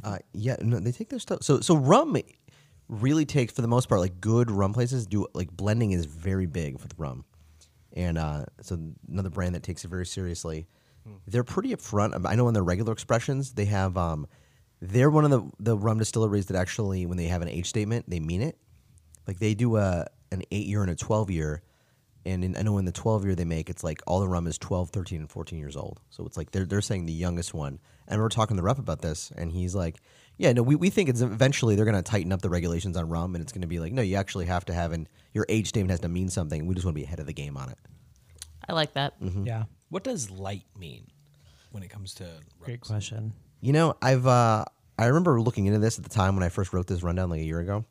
Speaker 1: Uh, yeah, no, they take their stuff. So, so rum really takes, for the most part, like good rum places do like blending is very big with rum, and uh, so another brand that takes it very seriously. They're pretty upfront. I know in their regular expressions, they have. Um, they're one of the the rum distilleries that actually, when they have an age statement, they mean it. Like they do a an eight year and a twelve year. And in, I know in the 12 year they make, it's like all the rum is 12, 13, and 14 years old. So it's like they're, they're saying the youngest one. And we we're talking to the rep about this, and he's like, yeah, no, we, we think it's eventually they're going to tighten up the regulations on rum, and it's going to be like, no, you actually have to have an, your age statement has to mean something. We just want to be ahead of the game on it.
Speaker 3: I like that.
Speaker 2: Yeah,
Speaker 4: What does light mean when it comes to
Speaker 2: great
Speaker 4: rums?
Speaker 2: question.
Speaker 1: You know, I've, uh, I remember looking into this at the time when I first wrote this rundown like a year ago.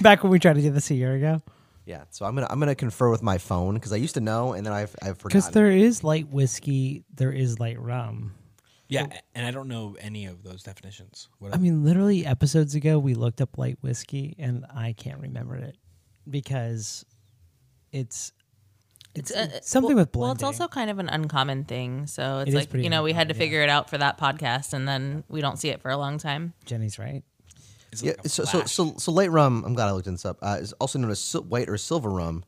Speaker 2: Back when we tried to do this a year ago,
Speaker 1: Yeah, so I'm gonna I'm gonna confer with my phone because I used to know and then I've I've
Speaker 2: because
Speaker 1: forgotten.
Speaker 2: there is light whiskey, there is light rum.
Speaker 4: Yeah, and I don't know any of those definitions. What
Speaker 2: I mean, literally episodes ago, we looked up light whiskey, and I can't remember it because it's it's,
Speaker 3: Uh,
Speaker 2: it's something
Speaker 3: well,
Speaker 2: with blending.
Speaker 3: Well, it's also kind of an uncommon thing, so it's
Speaker 2: It is
Speaker 3: like
Speaker 2: pretty
Speaker 3: you know we had to
Speaker 2: uncommon,
Speaker 3: figure it out for that podcast, and then we don't see it for a long time.
Speaker 2: Jenny's right.
Speaker 4: is it
Speaker 1: Yeah,
Speaker 4: like a
Speaker 1: so, so
Speaker 4: flash?
Speaker 1: so so light rum. I'm glad I looked this up. Uh, is also known as sil- white or silver rum,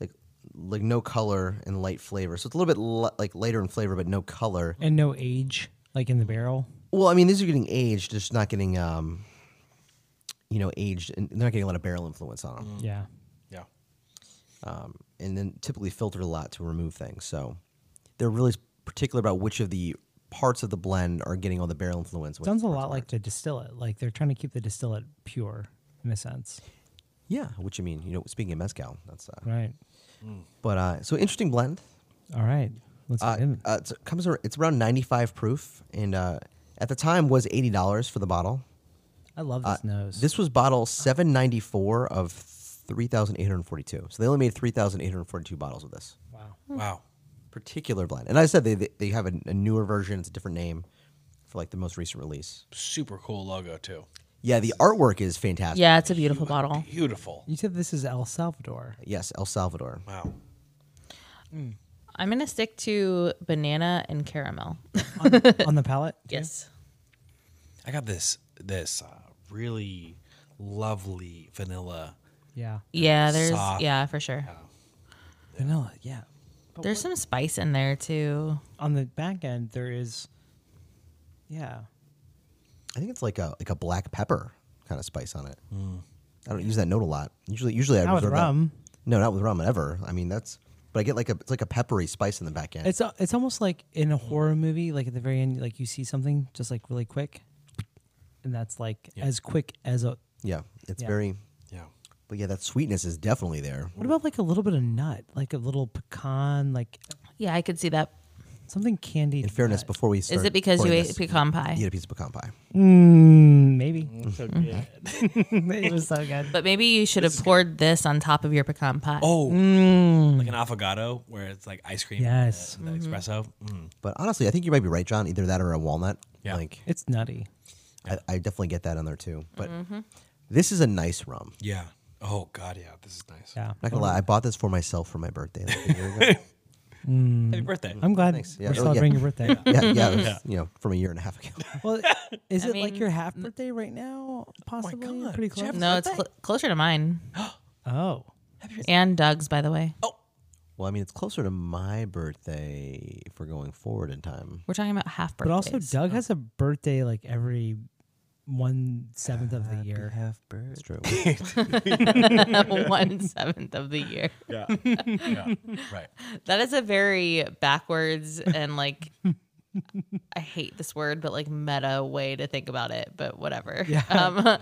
Speaker 1: like like no color and light flavor. So it's a little bit li- like lighter in flavor, but no color.
Speaker 2: And no age, like in the barrel.
Speaker 1: Well, I mean, these are getting aged, just not getting um, you know, aged, and they're not getting a lot of barrel influence on them.
Speaker 2: Yeah.
Speaker 4: yeah.
Speaker 1: And then typically filtered a lot to remove things. So they're really particular about which of the parts of the blend are getting all the barrel influence. which
Speaker 2: Sounds a
Speaker 1: parts
Speaker 2: lot
Speaker 1: aren't.
Speaker 2: like the distillate. Like they're trying to keep the distillate pure in a sense.
Speaker 1: yeah, which I mean, you know, speaking of mezcal, that's uh,
Speaker 2: Right.
Speaker 1: but uh, so interesting blend.
Speaker 2: All right. Let's
Speaker 1: Uh,
Speaker 2: get in.
Speaker 1: uh, it's, it comes ar- it's around 95 proof and uh, at the time was $80 for the bottle
Speaker 2: I love this nose.
Speaker 1: uh, this was bottle 794 of 3842 so they only made 3842 bottles of this
Speaker 2: wow.
Speaker 4: Wow.
Speaker 1: particular blend and i said they, they, they have a, a newer version it's a different name for like the most recent release
Speaker 4: Super cool logo too.
Speaker 1: yeah the artwork is fantastic
Speaker 3: Yeah, it's a beautiful bottle.
Speaker 4: Beautiful.
Speaker 2: You said this is El Salvador.
Speaker 1: yes el salvador
Speaker 4: Wow.
Speaker 3: I'm gonna stick to banana and caramel.
Speaker 2: on, on the palate? too?
Speaker 3: yes,
Speaker 4: I got this this uh, really lovely vanilla.
Speaker 2: Yeah.
Speaker 3: yeah, there's
Speaker 4: Soft.
Speaker 3: yeah for sure.
Speaker 2: Vanilla. Yeah.
Speaker 3: There's some spice in there too.
Speaker 2: On the back end, there is. Yeah.
Speaker 1: i think it's like a like a black pepper kind of spice on it i don't use that note a lot usually usually i
Speaker 2: Not with
Speaker 1: reserve that-
Speaker 2: rum.
Speaker 1: no not with rum ever i mean that's but i get like a it's like a peppery spice in the back end
Speaker 2: It's a- it's almost like in a horror movie, like at the very end, like you see something just like really quick, and that's like as quick as a.
Speaker 1: Yeah, it's
Speaker 2: Yeah.
Speaker 1: very.
Speaker 4: Yeah.
Speaker 1: But yeah, that sweetness is definitely there.
Speaker 2: What about like a little bit of nut, like a little pecan, like
Speaker 3: Yeah, I could see that.
Speaker 2: Something candy.
Speaker 1: In fairness, before we start
Speaker 3: Is it because you
Speaker 1: recording
Speaker 3: ate
Speaker 1: this,
Speaker 3: pecan pie?
Speaker 1: you had a piece of pecan pie?
Speaker 2: Mm, maybe. it was so good.
Speaker 3: But maybe you should have poured this on top of your pecan pie.
Speaker 4: Oh, like an affogato where it's like ice cream. and, uh,
Speaker 2: Yes.
Speaker 4: the espresso. Mm.
Speaker 1: But honestly, I think you might be right, John. Either that or a walnut.
Speaker 4: Yeah.
Speaker 1: Like
Speaker 2: It's nutty.
Speaker 1: I, I definitely get that on there too. But
Speaker 3: Mm-hmm.
Speaker 1: this is a nice rum.
Speaker 4: Yeah. Oh God, yeah. This is nice.
Speaker 2: Yeah.
Speaker 1: Not gonna lie, I bought this for myself for my birthday. Like a year ago.
Speaker 4: Happy birthday.
Speaker 2: I'm glad
Speaker 1: Yeah,
Speaker 2: we're
Speaker 1: oh, yeah.
Speaker 2: celebrating your birthday.
Speaker 1: yeah, yeah, it was, you know, from a year and a half ago.
Speaker 2: Well, is it like
Speaker 3: mean,
Speaker 2: your half birthday right now? Possibly,
Speaker 4: God,
Speaker 2: pretty close.
Speaker 4: Jeff-
Speaker 3: no, it's cl- closer to mine
Speaker 2: Oh,
Speaker 3: and Doug's, by the way.
Speaker 4: Oh,
Speaker 1: Well, I mean, it's closer to my birthday if we're going forward in time.
Speaker 3: We're talking about half
Speaker 2: but
Speaker 3: birthdays.
Speaker 2: also Doug has a birthday like every one seventh of the year.
Speaker 1: Half birthday. It's true.
Speaker 3: one seventh of the year.
Speaker 4: Yeah. yeah. Right.
Speaker 3: That is a very backwards and like I hate this word, but like meta way to think about it. But whatever. Yeah. Um,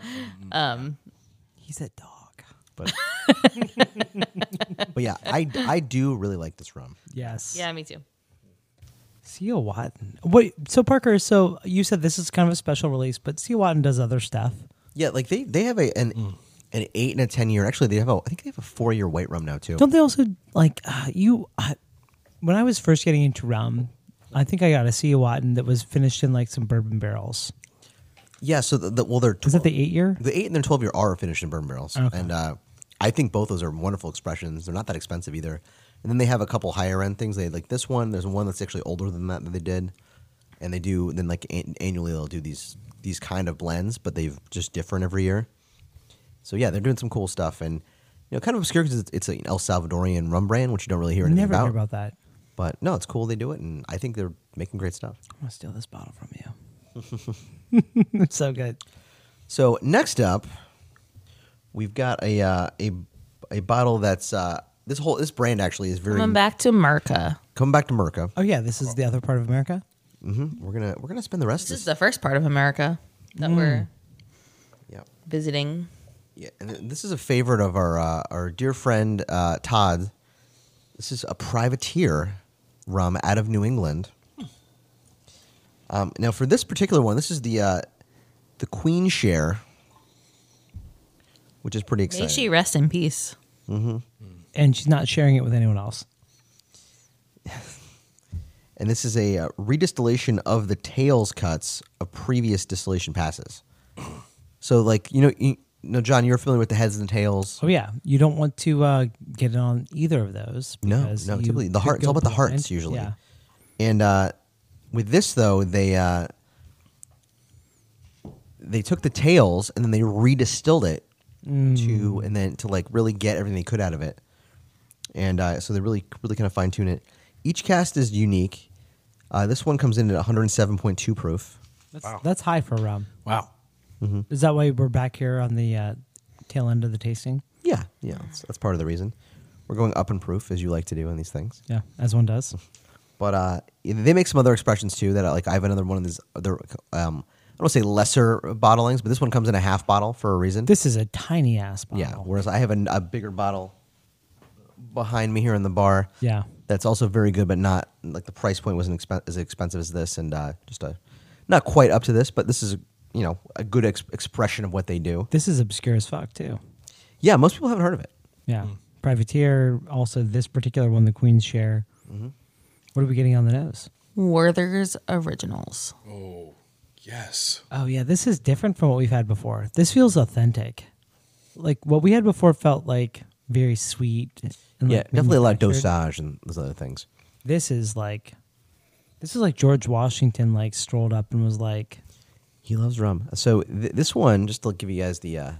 Speaker 3: um,
Speaker 2: He's a dog.
Speaker 1: But, but yeah, I, I do really like this rum.
Speaker 2: Yes.
Speaker 3: yeah, me too.
Speaker 2: Sia Watton. Wait. So Parker. So you said this is kind of a special release, but Sia Watton does other stuff.
Speaker 1: Yeah, like they, they have a an an eight and a ten year. Actually, they have a I think they have a four year white rum now too.
Speaker 2: Don't they also like uh, you? Uh, when I was first getting into rum, I think I got a Sia Watton that was finished in like some bourbon barrels.
Speaker 1: yeah, so the, the well they're
Speaker 2: Is that
Speaker 1: twelve,
Speaker 2: the eight year?
Speaker 1: the eight and their twelve year are finished in bourbon barrels, and uh, I think both those are wonderful expressions. They're not that expensive either. And then they have a couple higher end things. They like this one. There's one that's actually older than that that they did, and they do then like an- annually they'll do these these kind of blends, but they've just different every year. So yeah, they're doing some cool stuff, and you know, kind of obscure because it's, it's an El Salvadorian rum brand, which you don't really hear anything
Speaker 2: Never
Speaker 1: about.
Speaker 2: heard about that.
Speaker 1: But no, it's cool they do it, and I think they're making great stuff.
Speaker 2: I'm gonna steal this bottle from you. so good.
Speaker 1: So next up, we've got a uh, a a bottle that's uh, this whole this brand actually is very
Speaker 3: Coming back to Merca.
Speaker 1: coming back to Merca.
Speaker 2: Oh yeah, this is the other part of America.
Speaker 1: We're gonna we're gonna spend the rest
Speaker 3: This is
Speaker 1: of
Speaker 3: the first part of America that we're
Speaker 1: this. Yeah,
Speaker 3: visiting.
Speaker 1: yeah. And th- this is a favorite of our uh, our dear friend uh, Todd. This is a privateer rum out of New England. Um, now for this particular one, this is the uh, the Queen Share, which is pretty
Speaker 3: May
Speaker 1: exciting.
Speaker 3: she rest in peace.
Speaker 2: And she's not sharing it with anyone else.
Speaker 1: and this is a uh, redistillation of the tails cuts of previous distillation passes. So, like you know, you, you know, John, you're familiar with the heads and the tails.
Speaker 2: Oh yeah, you don't want to uh, get it on either of those.
Speaker 1: No,
Speaker 2: because
Speaker 1: no,
Speaker 2: you
Speaker 1: typically the
Speaker 2: could
Speaker 1: heart. It's
Speaker 2: go
Speaker 1: all about the
Speaker 2: blind.
Speaker 1: hearts usually.
Speaker 2: Yeah.
Speaker 1: And uh, with this though, they uh, they took the tails and then they redistilled it to
Speaker 2: Mm.
Speaker 1: and then to like really get everything they could out of it. And uh, so they really really kind of fine tune it. Each cast is unique. Uh, this one comes in at 107.2 proof.
Speaker 2: That's, that's high for rum.
Speaker 4: Wow.
Speaker 1: Mm-hmm.
Speaker 2: Is that why we're back here on the uh, tail end of the tasting?
Speaker 1: Yeah, yeah, that's, that's part of the reason. We're going up in proof as you like to do on these things.
Speaker 2: Yeah, as one does.
Speaker 1: But uh, they make some other expressions too. That uh, like I have another one of these other. Um, I don't wanna say lesser bottlings, but this one comes in a half bottle for a reason.
Speaker 2: This is a tiny ass bottle.
Speaker 1: yeah. Whereas I have an, a bigger bottle behind me here in the bar.
Speaker 2: Yeah.
Speaker 1: That's also very good, but not like the price point wasn't expen- as expensive as this, and uh, just a not quite up to this. But this is you know a good ex- expression of what they do.
Speaker 2: This is obscure as fuck too.
Speaker 1: Yeah, most people haven't heard of it.
Speaker 2: Yeah.
Speaker 1: Hmm.
Speaker 2: Privateer. Also, this particular one, the Queen's share.
Speaker 1: Mm-hmm.
Speaker 2: What are we getting on the nose?
Speaker 3: Werther's Originals.
Speaker 4: Oh, yes.
Speaker 2: Oh yeah, this is different from what we've had before. This feels authentic. Like what we had before felt like very sweet. And
Speaker 1: Yeah,
Speaker 2: like,
Speaker 1: definitely a lot of
Speaker 2: Mm-hmm. manufactured.
Speaker 1: dosage and those other things.
Speaker 2: This is like, this is like George Washington like strolled up and was like,
Speaker 1: He loves rum. So th- this one, just to give you guys the uh,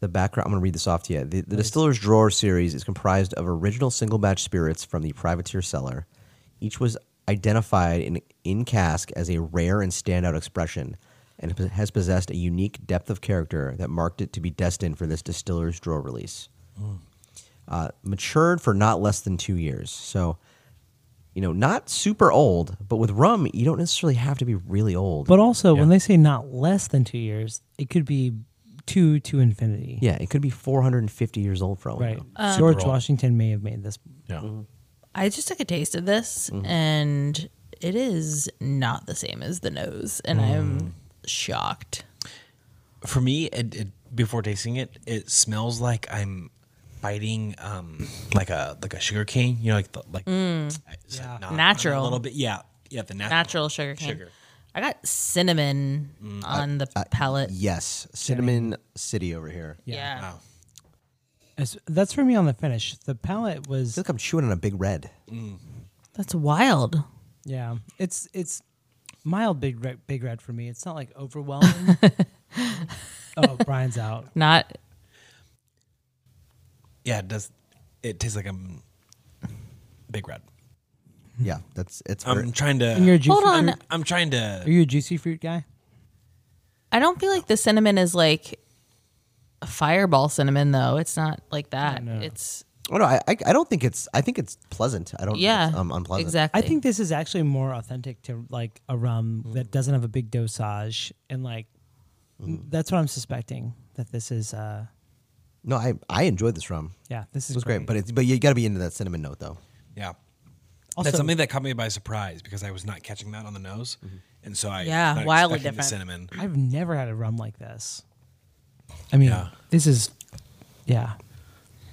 Speaker 1: the background, I'm going to read this off to you. The, the Distillers Drawer series is comprised of original single batch spirits from the privateer cellar. Each was identified in in cask as a rare and standout expression, and p- has possessed a unique depth of character that marked it to be destined for this Distillers Drawer release. Uh, matured for not less than two years, so. You know, not super old, but with rum, you don't necessarily have to be really old.
Speaker 2: but also when
Speaker 4: Yeah.
Speaker 2: they say not less than two years, it could be two to infinity.
Speaker 1: Yeah, it could be 450 years old for all we
Speaker 2: Right.
Speaker 1: know.
Speaker 3: Um,
Speaker 2: George
Speaker 4: Super old.
Speaker 2: Washington may have made this.
Speaker 4: Yeah.
Speaker 3: I just took a taste of this and it is not the same as the nose. And I'm shocked.
Speaker 4: For me, it, it, before tasting it, it smells like I'm biting um like a like a sugar cane. You know, like the, like it's like not-
Speaker 3: Mm. Natural.
Speaker 4: a little bit. Yeah, yeah, the natural.
Speaker 3: Natural sugar cane.
Speaker 4: Sugar.
Speaker 3: I got cinnamon on the palate.
Speaker 1: Yes, cinnamon city over here.
Speaker 3: Yeah.
Speaker 4: Wow.
Speaker 2: As- That's for me on the finish. The palate
Speaker 1: I feel
Speaker 2: was
Speaker 1: like I'm chewing on a big red.
Speaker 3: That's wild.
Speaker 2: yeah. It's it's mild big red, big red for me. It's not like overwhelming. oh, Brian's out.
Speaker 3: Not
Speaker 4: Yeah, it does. It tastes like I'm big red. Mm-hmm.
Speaker 1: Yeah, that's it's.
Speaker 4: I'm
Speaker 1: very-
Speaker 4: trying to.
Speaker 2: And you're a juicy
Speaker 3: Hold on.
Speaker 2: Fruit?
Speaker 4: I'm trying to.
Speaker 2: Are you a juicy fruit guy?
Speaker 3: I don't feel like the cinnamon is like a fireball cinnamon though. It's not like that. It's
Speaker 1: oh no, I, I I don't think it's. I think it's pleasant. I don't. think
Speaker 3: yeah.
Speaker 1: it's, um, unpleasant.
Speaker 3: Exactly.
Speaker 2: I think this is actually more authentic to like a rum
Speaker 1: Mm.
Speaker 2: that doesn't have a big dosage and like
Speaker 1: Mm.
Speaker 2: that's what I'm suspecting that this is uh
Speaker 1: No, I I enjoyed this rum.
Speaker 2: yeah, this
Speaker 1: It
Speaker 2: is
Speaker 1: was great, but it's but you got to be into that cinnamon note though.
Speaker 4: Yeah.
Speaker 2: Also-
Speaker 4: That's something that caught me by surprise because I was not catching that on the nose, and so I
Speaker 3: Yeah,
Speaker 4: was not
Speaker 3: wildly
Speaker 4: expecting the
Speaker 3: different.
Speaker 4: cinnamon.
Speaker 2: I've never had a rum like this. I mean,
Speaker 4: Yeah.
Speaker 2: this is yeah,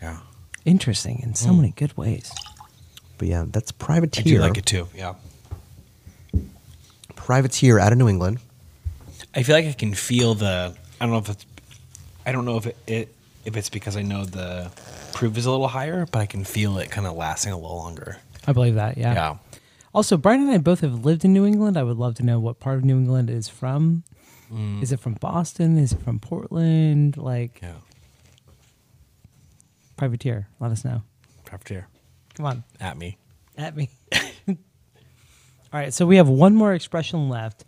Speaker 4: Yeah,
Speaker 2: interesting in so many good ways.
Speaker 1: But yeah, that's
Speaker 4: I do
Speaker 1: privateer.
Speaker 4: like it too. Yeah,
Speaker 1: Privateer out of New England.
Speaker 4: I feel like I can feel the. I don't know if it's. I don't know if it, it if it's because I know the proof is a little higher, but I can feel it kind of lasting a little longer.
Speaker 2: I believe that. Yeah. Also, Brian and I both have lived in New England. I would love to know what part of New England it is from. Is it from Boston? Is it from Portland? Like
Speaker 4: yeah,
Speaker 2: privateer, let us know.
Speaker 4: privateer
Speaker 2: Come on,
Speaker 4: at me.
Speaker 2: at me. All right, so we have one more expression left.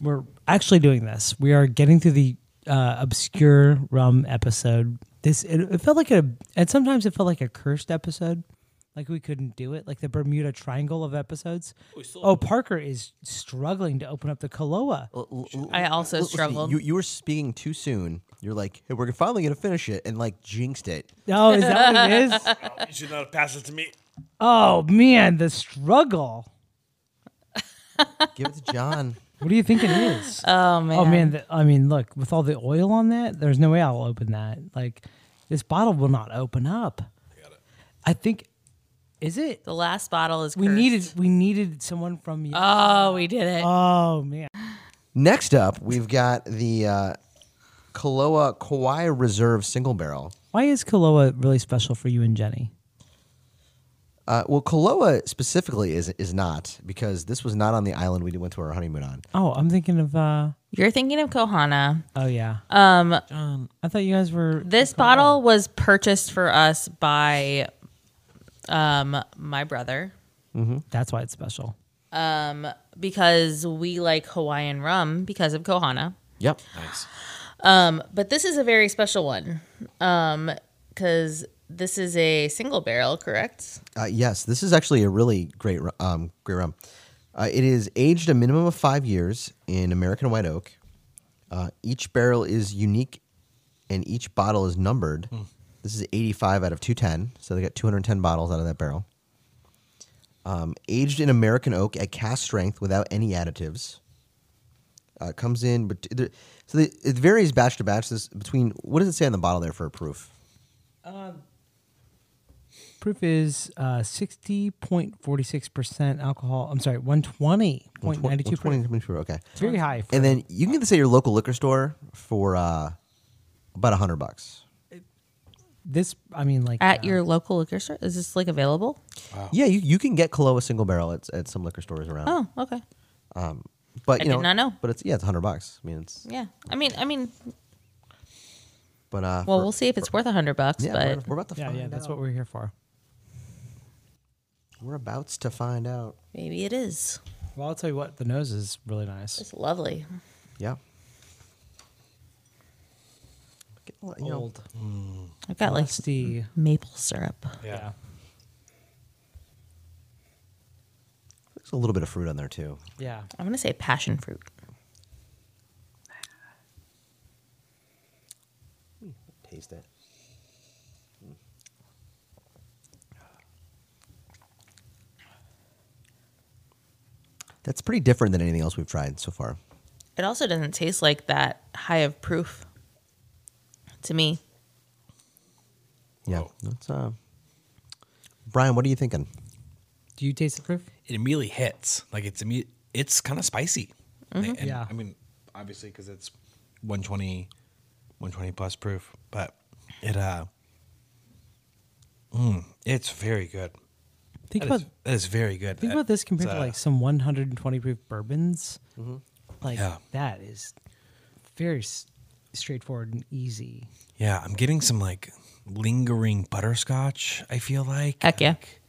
Speaker 2: We're actually doing this. We are getting through the uh, obscure rum episode. This it, it felt like a, and sometimes it felt like a cursed episode, like we couldn't do it, like the Bermuda Triangle of episodes. Oh, Parker is struggling to open up the Kahlua.
Speaker 3: I also struggled.
Speaker 1: You you were speaking too soon. You're like, hey, we're finally gonna finish it, and like jinxed it.
Speaker 2: Oh, is that what it is?
Speaker 4: Uh, You should not have passed it to me.
Speaker 2: Oh man, the struggle.
Speaker 1: Give it to John.
Speaker 2: What do you think it is? Oh man. Oh man. The, I mean, look, with all the oil on that, there's no way I'll open that. Like, this bottle will not open up. I got it. I think. Is it?
Speaker 3: the last bottle is
Speaker 2: We
Speaker 3: cursed.
Speaker 2: needed. We needed someone from you.
Speaker 3: Oh, we did it.
Speaker 2: oh man.
Speaker 1: Next up, we've got the uh, Kahlua Kauai Reserve Single Barrel.
Speaker 2: Why is Kahlua really special for you and Jenny?
Speaker 1: Uh, well, Kahlua specifically is is not because this was not on the island we went to our honeymoon on.
Speaker 2: Oh, I'm thinking of. uh
Speaker 3: You're thinking of Kohana.
Speaker 2: Oh yeah. Um. I thought you guys were.
Speaker 3: This bottle was purchased for us by um my brother
Speaker 2: That's why it's special.
Speaker 3: because we like Hawaiian rum because of Kohana.
Speaker 1: Yep.
Speaker 4: Nice.
Speaker 3: But this is a very special one. Um cuz this is a single barrel, correct?
Speaker 1: Uh, yes, this is actually a really great ru- um, great rum. Uh, it is aged a minimum of five years in American white oak. Uh, each barrel is unique, and each bottle is numbered. This is 85 out of 210, so they got 210 bottles out of that barrel. Um, aged in American oak at cast strength without any additives. Uh, it comes in, but there- so the, it varies batch to batch. This between what does it say on the bottle there for proof?
Speaker 2: Proof is uh, sixty point forty six percent alcohol. I'm sorry, one twenty point ninety two percent.
Speaker 1: 120, okay.
Speaker 2: It's very high. For
Speaker 1: And then you can get this at your local liquor store for uh, about a hundred bucks.
Speaker 2: this, I mean, like
Speaker 3: At
Speaker 2: uh,
Speaker 3: your local liquor store? Is this like available?
Speaker 1: Yeah, you, you can get Kahlua single barrel at, at some liquor stores around.
Speaker 3: Oh, okay.
Speaker 1: but
Speaker 3: I
Speaker 1: you know,
Speaker 3: did not know.
Speaker 1: But it's yeah, it's a hundred bucks. I mean, it's
Speaker 3: Yeah. I mean, I mean,
Speaker 1: but uh,
Speaker 3: well,
Speaker 1: for-
Speaker 3: we'll see if it's worth a 100 bucks,
Speaker 1: yeah,
Speaker 3: but
Speaker 1: we're, we're about to
Speaker 2: Yeah,
Speaker 1: find
Speaker 2: yeah, that's
Speaker 1: out.
Speaker 2: what we're here for.
Speaker 1: we're about to find out.
Speaker 3: maybe it is.
Speaker 2: Well, I'll tell you what, the nose is really nice.
Speaker 3: It's lovely.
Speaker 1: Yeah. Get a little- you know,
Speaker 2: Old,
Speaker 3: I've got like
Speaker 2: musty.
Speaker 3: maple syrup.
Speaker 2: Yeah.
Speaker 1: there's a little bit of fruit on there too.
Speaker 2: yeah,
Speaker 3: I'm going to say passion fruit.
Speaker 1: Taste it. That's pretty different than anything else we've tried so far.
Speaker 3: It also doesn't taste like that high of proof to me.
Speaker 1: Yeah.
Speaker 4: Whoa.
Speaker 1: That's, uh, Brian, what are you thinking?
Speaker 2: Do you taste the proof?
Speaker 4: It immediately hits. Like it's imme- it's kind of spicy. And- and,
Speaker 2: Mm-hmm. Yeah.
Speaker 4: I mean, obviously because it's 120, 120 plus proof, but it uh, mm, it's very good.
Speaker 2: Think
Speaker 4: That
Speaker 2: about
Speaker 4: is- that is very good.
Speaker 2: think
Speaker 4: That-
Speaker 2: about this compared
Speaker 4: it's,
Speaker 2: to
Speaker 4: uh,
Speaker 2: like some 120 proof bourbons. Like
Speaker 4: Yeah.
Speaker 2: that is very s- straightforward and easy.
Speaker 4: Yeah, I'm getting some like lingering butterscotch. I feel like
Speaker 3: Heck yeah.
Speaker 4: Like,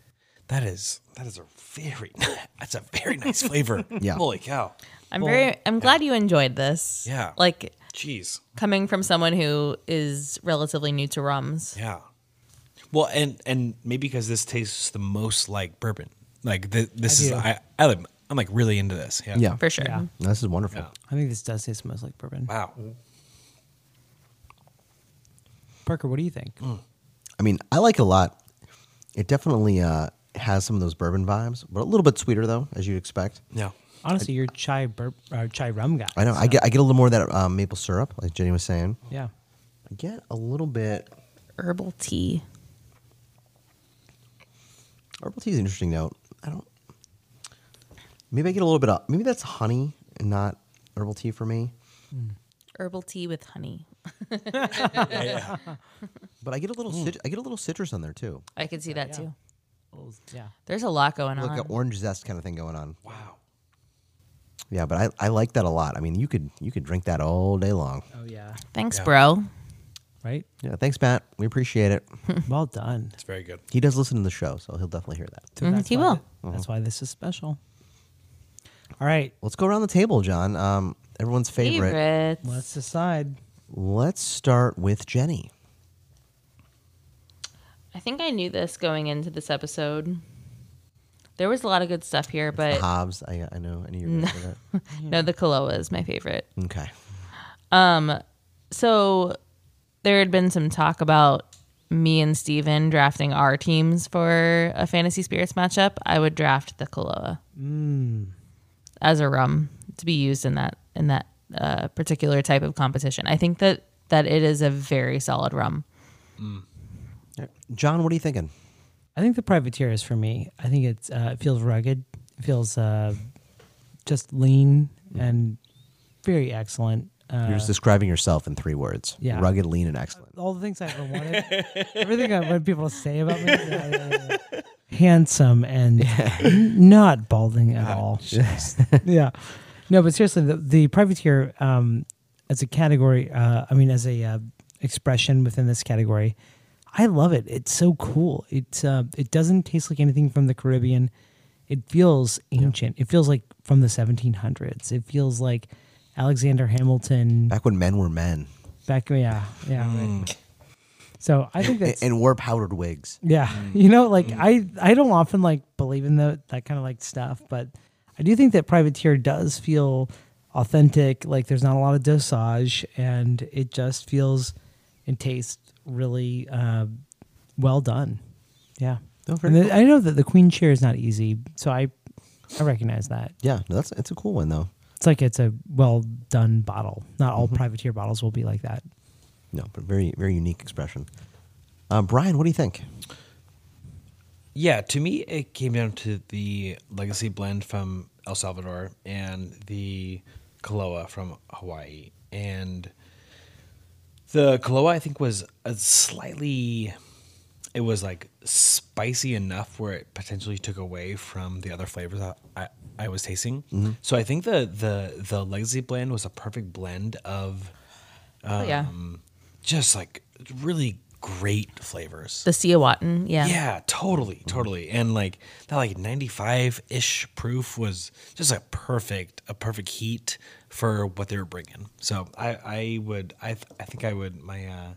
Speaker 4: that is that is a very that's a very nice flavor.
Speaker 1: Yeah.
Speaker 4: holy cow!
Speaker 3: I'm very I'm glad you enjoyed this.
Speaker 4: Yeah.
Speaker 3: Like
Speaker 4: Jeez,
Speaker 3: coming from someone who is relatively new to rums.
Speaker 4: yeah. Well, and and maybe because this tastes the most like bourbon. Like th- this
Speaker 2: I
Speaker 4: is
Speaker 2: do.
Speaker 4: I, I like- I'm like really into this. Yeah.
Speaker 1: Yeah.
Speaker 3: For sure.
Speaker 2: Yeah.
Speaker 1: This is wonderful.
Speaker 4: Yeah.
Speaker 2: I think this does taste most like bourbon.
Speaker 4: Wow.
Speaker 2: Parker, what do you think?
Speaker 1: Mm. I mean, I like it a lot. It definitely uh, has some of those bourbon vibes, but a little bit sweeter though, as you'd expect.
Speaker 4: Yeah.
Speaker 2: Honestly, you're a chai bur- or chai rum guy.
Speaker 1: I know. I
Speaker 2: so-
Speaker 1: get I get a little more of that um, maple syrup, like Jenny was saying.
Speaker 2: Yeah.
Speaker 1: I get a little bit.
Speaker 3: Herbal tea.
Speaker 1: Herbal tea is an interesting note. I don't. Maybe I get a little bit of. Maybe that's honey and not herbal tea for me.
Speaker 3: Herbal tea with honey.
Speaker 4: yeah.
Speaker 1: But I get a little.
Speaker 3: Hmm.
Speaker 1: Cit- I get a little citrus on there too,
Speaker 3: I can see that
Speaker 2: yeah.
Speaker 3: too.
Speaker 2: Well, Yeah.
Speaker 3: There's a lot going
Speaker 1: like
Speaker 3: on.
Speaker 1: an orange zest kind of thing going on.
Speaker 4: Wow.
Speaker 1: Yeah, but I, I like that a lot. I mean, you could you could drink that all day long.
Speaker 2: Oh yeah.
Speaker 3: Thanks,
Speaker 4: Yeah.
Speaker 3: bro.
Speaker 2: Right.
Speaker 1: Yeah, thanks, Matt. We appreciate it.
Speaker 2: well done.
Speaker 4: It's very good.
Speaker 1: He does listen to the show, so he'll definitely hear that.
Speaker 2: So
Speaker 3: Mhm,
Speaker 2: that's
Speaker 3: he
Speaker 2: why
Speaker 3: will.
Speaker 2: thi- that's why this is special. All right.
Speaker 1: Let's go around the table, John. Um, everyone's favorite.
Speaker 3: Favorites.
Speaker 2: Let's decide.
Speaker 1: Let's start with Jenny.
Speaker 3: I think I knew this going into this episode. There was a lot of good stuff here, but
Speaker 1: Hobbs, I, I know. I knew you were going to say that.
Speaker 3: no, the Kahlua is my favorite.
Speaker 1: Okay.
Speaker 3: So there had been some talk about me and Steven drafting our teams for a fantasy spirits matchup. I would draft the Kahlua as a rum to be used in that in that uh, particular type of competition. I think that that it is a very solid rum.
Speaker 1: John, what are you thinking?
Speaker 2: I think the privateer is for me. I think it's uh, it feels rugged. It feels uh, just lean and very excellent. Uh,
Speaker 1: You're just describing yourself in three words
Speaker 2: Yeah.
Speaker 1: rugged, lean, and excellent.
Speaker 2: all the things I ever wanted, everything I wanted people to say about me. yeah, yeah, yeah. Handsome and n- not balding at all. yeah. No, but seriously, the, the privateer um, as a category, uh, I mean, as a uh, expression within this category, I love it. It's so cool. It's uh, it doesn't taste like anything from the Caribbean. It feels ancient. It feels like from the 1700s. It feels like Alexander Hamilton
Speaker 1: Back when men were men
Speaker 2: Back, yeah, yeah. right. So I think
Speaker 1: Hmm. and, hmm.
Speaker 2: that's
Speaker 1: and wore powdered wigs.
Speaker 2: yeah. You know, like I I don't often like believe in the, that kind of like stuff, but I do think that privateer does feel authentic. Like there's not a lot of dosage, and it just feels and tastes really uh, well done. Yeah,
Speaker 1: Oh, very
Speaker 2: and the- I know that the queen chair is not easy, so I I recognize that.
Speaker 1: Yeah, no, that's it's a cool one, though.
Speaker 2: It's like it's a well done bottle. Not
Speaker 1: Mm-hmm.
Speaker 2: all privateer bottles will be like that.
Speaker 1: No, but very, very unique expression. Uh, Brian, what do you think?
Speaker 4: Yeah, to me, it came down to the legacy blend from El Salvador and the Kahlua from Hawaii. And the Kahlua, I think, was a slightly, it was like spicy enough where it potentially took away from the other flavors I, I, I was tasting. So I think the, the, the legacy blend was a perfect blend of
Speaker 3: oh yeah,
Speaker 4: just like really great flavors.
Speaker 3: the Siawatan. Yeah.
Speaker 4: Yeah, totally,
Speaker 2: Mm-hmm.
Speaker 4: totally. And like that like 95-ish proof was just a perfect a perfect heat for what they were bringing. So I I would I th- I think I would my uh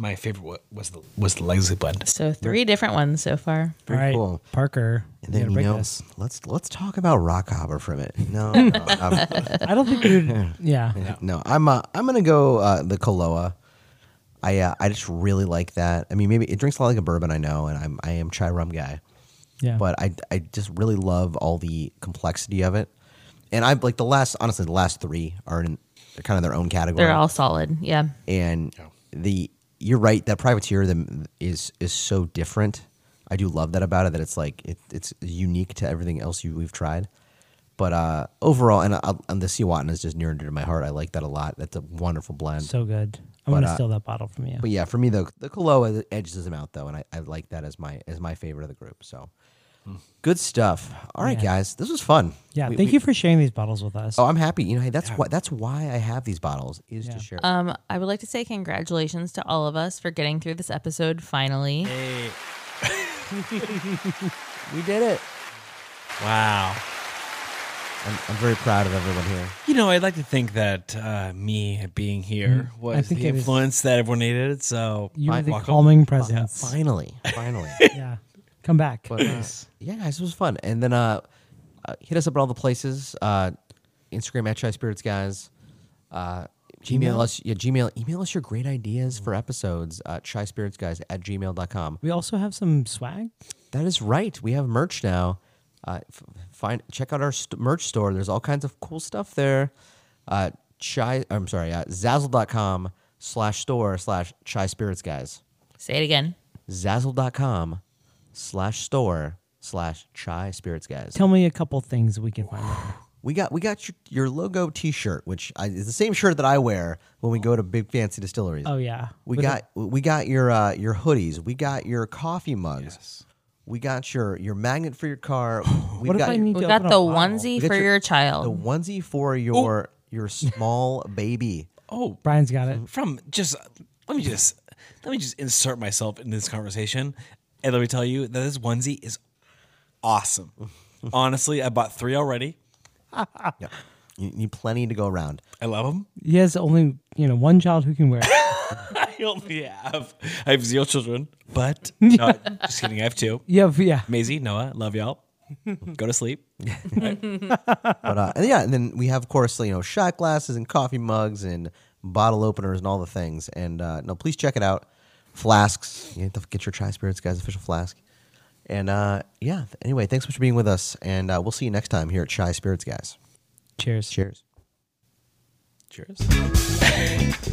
Speaker 4: my favorite wa- was the was the legacy blend.
Speaker 3: So three different ones so far.
Speaker 1: Very
Speaker 2: All right,
Speaker 1: cool.
Speaker 2: Parker.
Speaker 1: And then
Speaker 2: you gotta
Speaker 1: you
Speaker 2: break
Speaker 1: know,
Speaker 2: this.
Speaker 1: let's let's talk about rock hopper for a minute. No, no, I'm-
Speaker 2: I don't think you. would Yeah,
Speaker 1: no, I'm uh, I'm gonna go uh, the Kahlua. I uh, I just really like that. I mean, maybe it drinks a lot like a bourbon. I know, and I'm I am chai rum guy,
Speaker 2: yeah.
Speaker 1: but I I just really love all the complexity of it. and I like the last. Honestly, the last three are in they're kind of their own category.
Speaker 3: They're all solid. Yeah.
Speaker 1: and the you're right that privateer them is is so different i do love that about it that it's like it, it's unique to everything else you, we've tried but uh overall and, I, and the sea Watan is just near and dear to my heart i like that a lot that's a wonderful blend
Speaker 2: So good. I'm
Speaker 1: But,
Speaker 2: gonna
Speaker 1: uh,
Speaker 2: steal that bottle from you.
Speaker 1: but yeah, for me though, the Kahlua edges them out though, and I, I like that as my as my favorite of the group. So good stuff. All right, guys, this was fun.
Speaker 2: yeah,
Speaker 1: We-
Speaker 2: thank
Speaker 1: we-
Speaker 2: you for sharing these bottles with us.
Speaker 1: Oh, I'm happy. You know, hey, that's why that's why I have these bottles is
Speaker 2: Yeah.
Speaker 1: to share.
Speaker 3: Um, I would like to say congratulations to all of us for getting through this episode finally.
Speaker 1: we did it.
Speaker 4: Wow.
Speaker 1: I'm, I'm very proud of everyone here.
Speaker 4: You know, I'd like to think that uh, me being here
Speaker 2: Mm-hmm. I
Speaker 4: was
Speaker 2: think
Speaker 4: the
Speaker 2: it was-
Speaker 4: influence that everyone needed. So
Speaker 2: you were
Speaker 4: Mike,
Speaker 2: the
Speaker 4: welcome.
Speaker 2: calming presence.
Speaker 1: Finally, finally.
Speaker 2: yeah, come back.
Speaker 1: But, uh, yeah, guys, it was fun. And then uh, uh, hit us up at all the places. Uh, Instagram at Shy Spirits Guys. Uh, Gmail us, yeah, Gmail. Email us your great ideas for episodes at Shy Spirits Guys at gmail.com.
Speaker 2: we also have some swag.
Speaker 1: That is right. We have merch now. Uh, f- find check out our st- merch store. There's all kinds of cool stuff there. Uh, chai, I'm sorry, uh, Zazzle.com slash store slash Chai Spirits Guys.
Speaker 3: Say it again.
Speaker 1: Zazzle.com slash store slash Chai Spirits Guys.
Speaker 2: Tell me a couple things we can find. Out.
Speaker 1: We got we got your, your logo T-shirt, which I, is the same shirt that I wear when we go to big fancy distilleries.
Speaker 2: Oh yeah,
Speaker 1: we
Speaker 2: With
Speaker 1: got we got your uh, your hoodies. We got your coffee mugs. We got your your magnet for your car. We've
Speaker 2: What if
Speaker 1: got
Speaker 2: I
Speaker 1: your-
Speaker 2: need
Speaker 3: We
Speaker 2: to
Speaker 3: got
Speaker 2: open
Speaker 3: the
Speaker 2: a bottle?
Speaker 3: onesie
Speaker 1: We got
Speaker 3: for your,
Speaker 1: the
Speaker 3: child.
Speaker 1: onesie for your your small baby.
Speaker 4: Oh,
Speaker 2: Brian's got
Speaker 1: Mm-hmm.
Speaker 2: it.
Speaker 4: from just let me just let me just insert myself in this conversation, and let me tell you that this onesie is awesome. Honestly, I bought three already.
Speaker 1: Yeah. You need plenty to go around.
Speaker 4: I love them.
Speaker 2: He has only you know one child who can wear it.
Speaker 4: I only have I have zero children, but no, just kidding. I have two.
Speaker 2: yeah, yeah.
Speaker 4: Maisie, Noah, love y'all. Go to sleep.
Speaker 1: But uh, and yeah, and then we have of course you know shot glasses and coffee mugs and bottle openers and all the things. And uh, no, please check it out. Flasks. You have to get your Tri Spirits guys official flask. And uh, yeah, anyway, thanks so much for being with us, and uh, we'll see you next time here at Shy Spirits, guys.
Speaker 2: Cheers.
Speaker 1: Cheers.
Speaker 4: Cheers.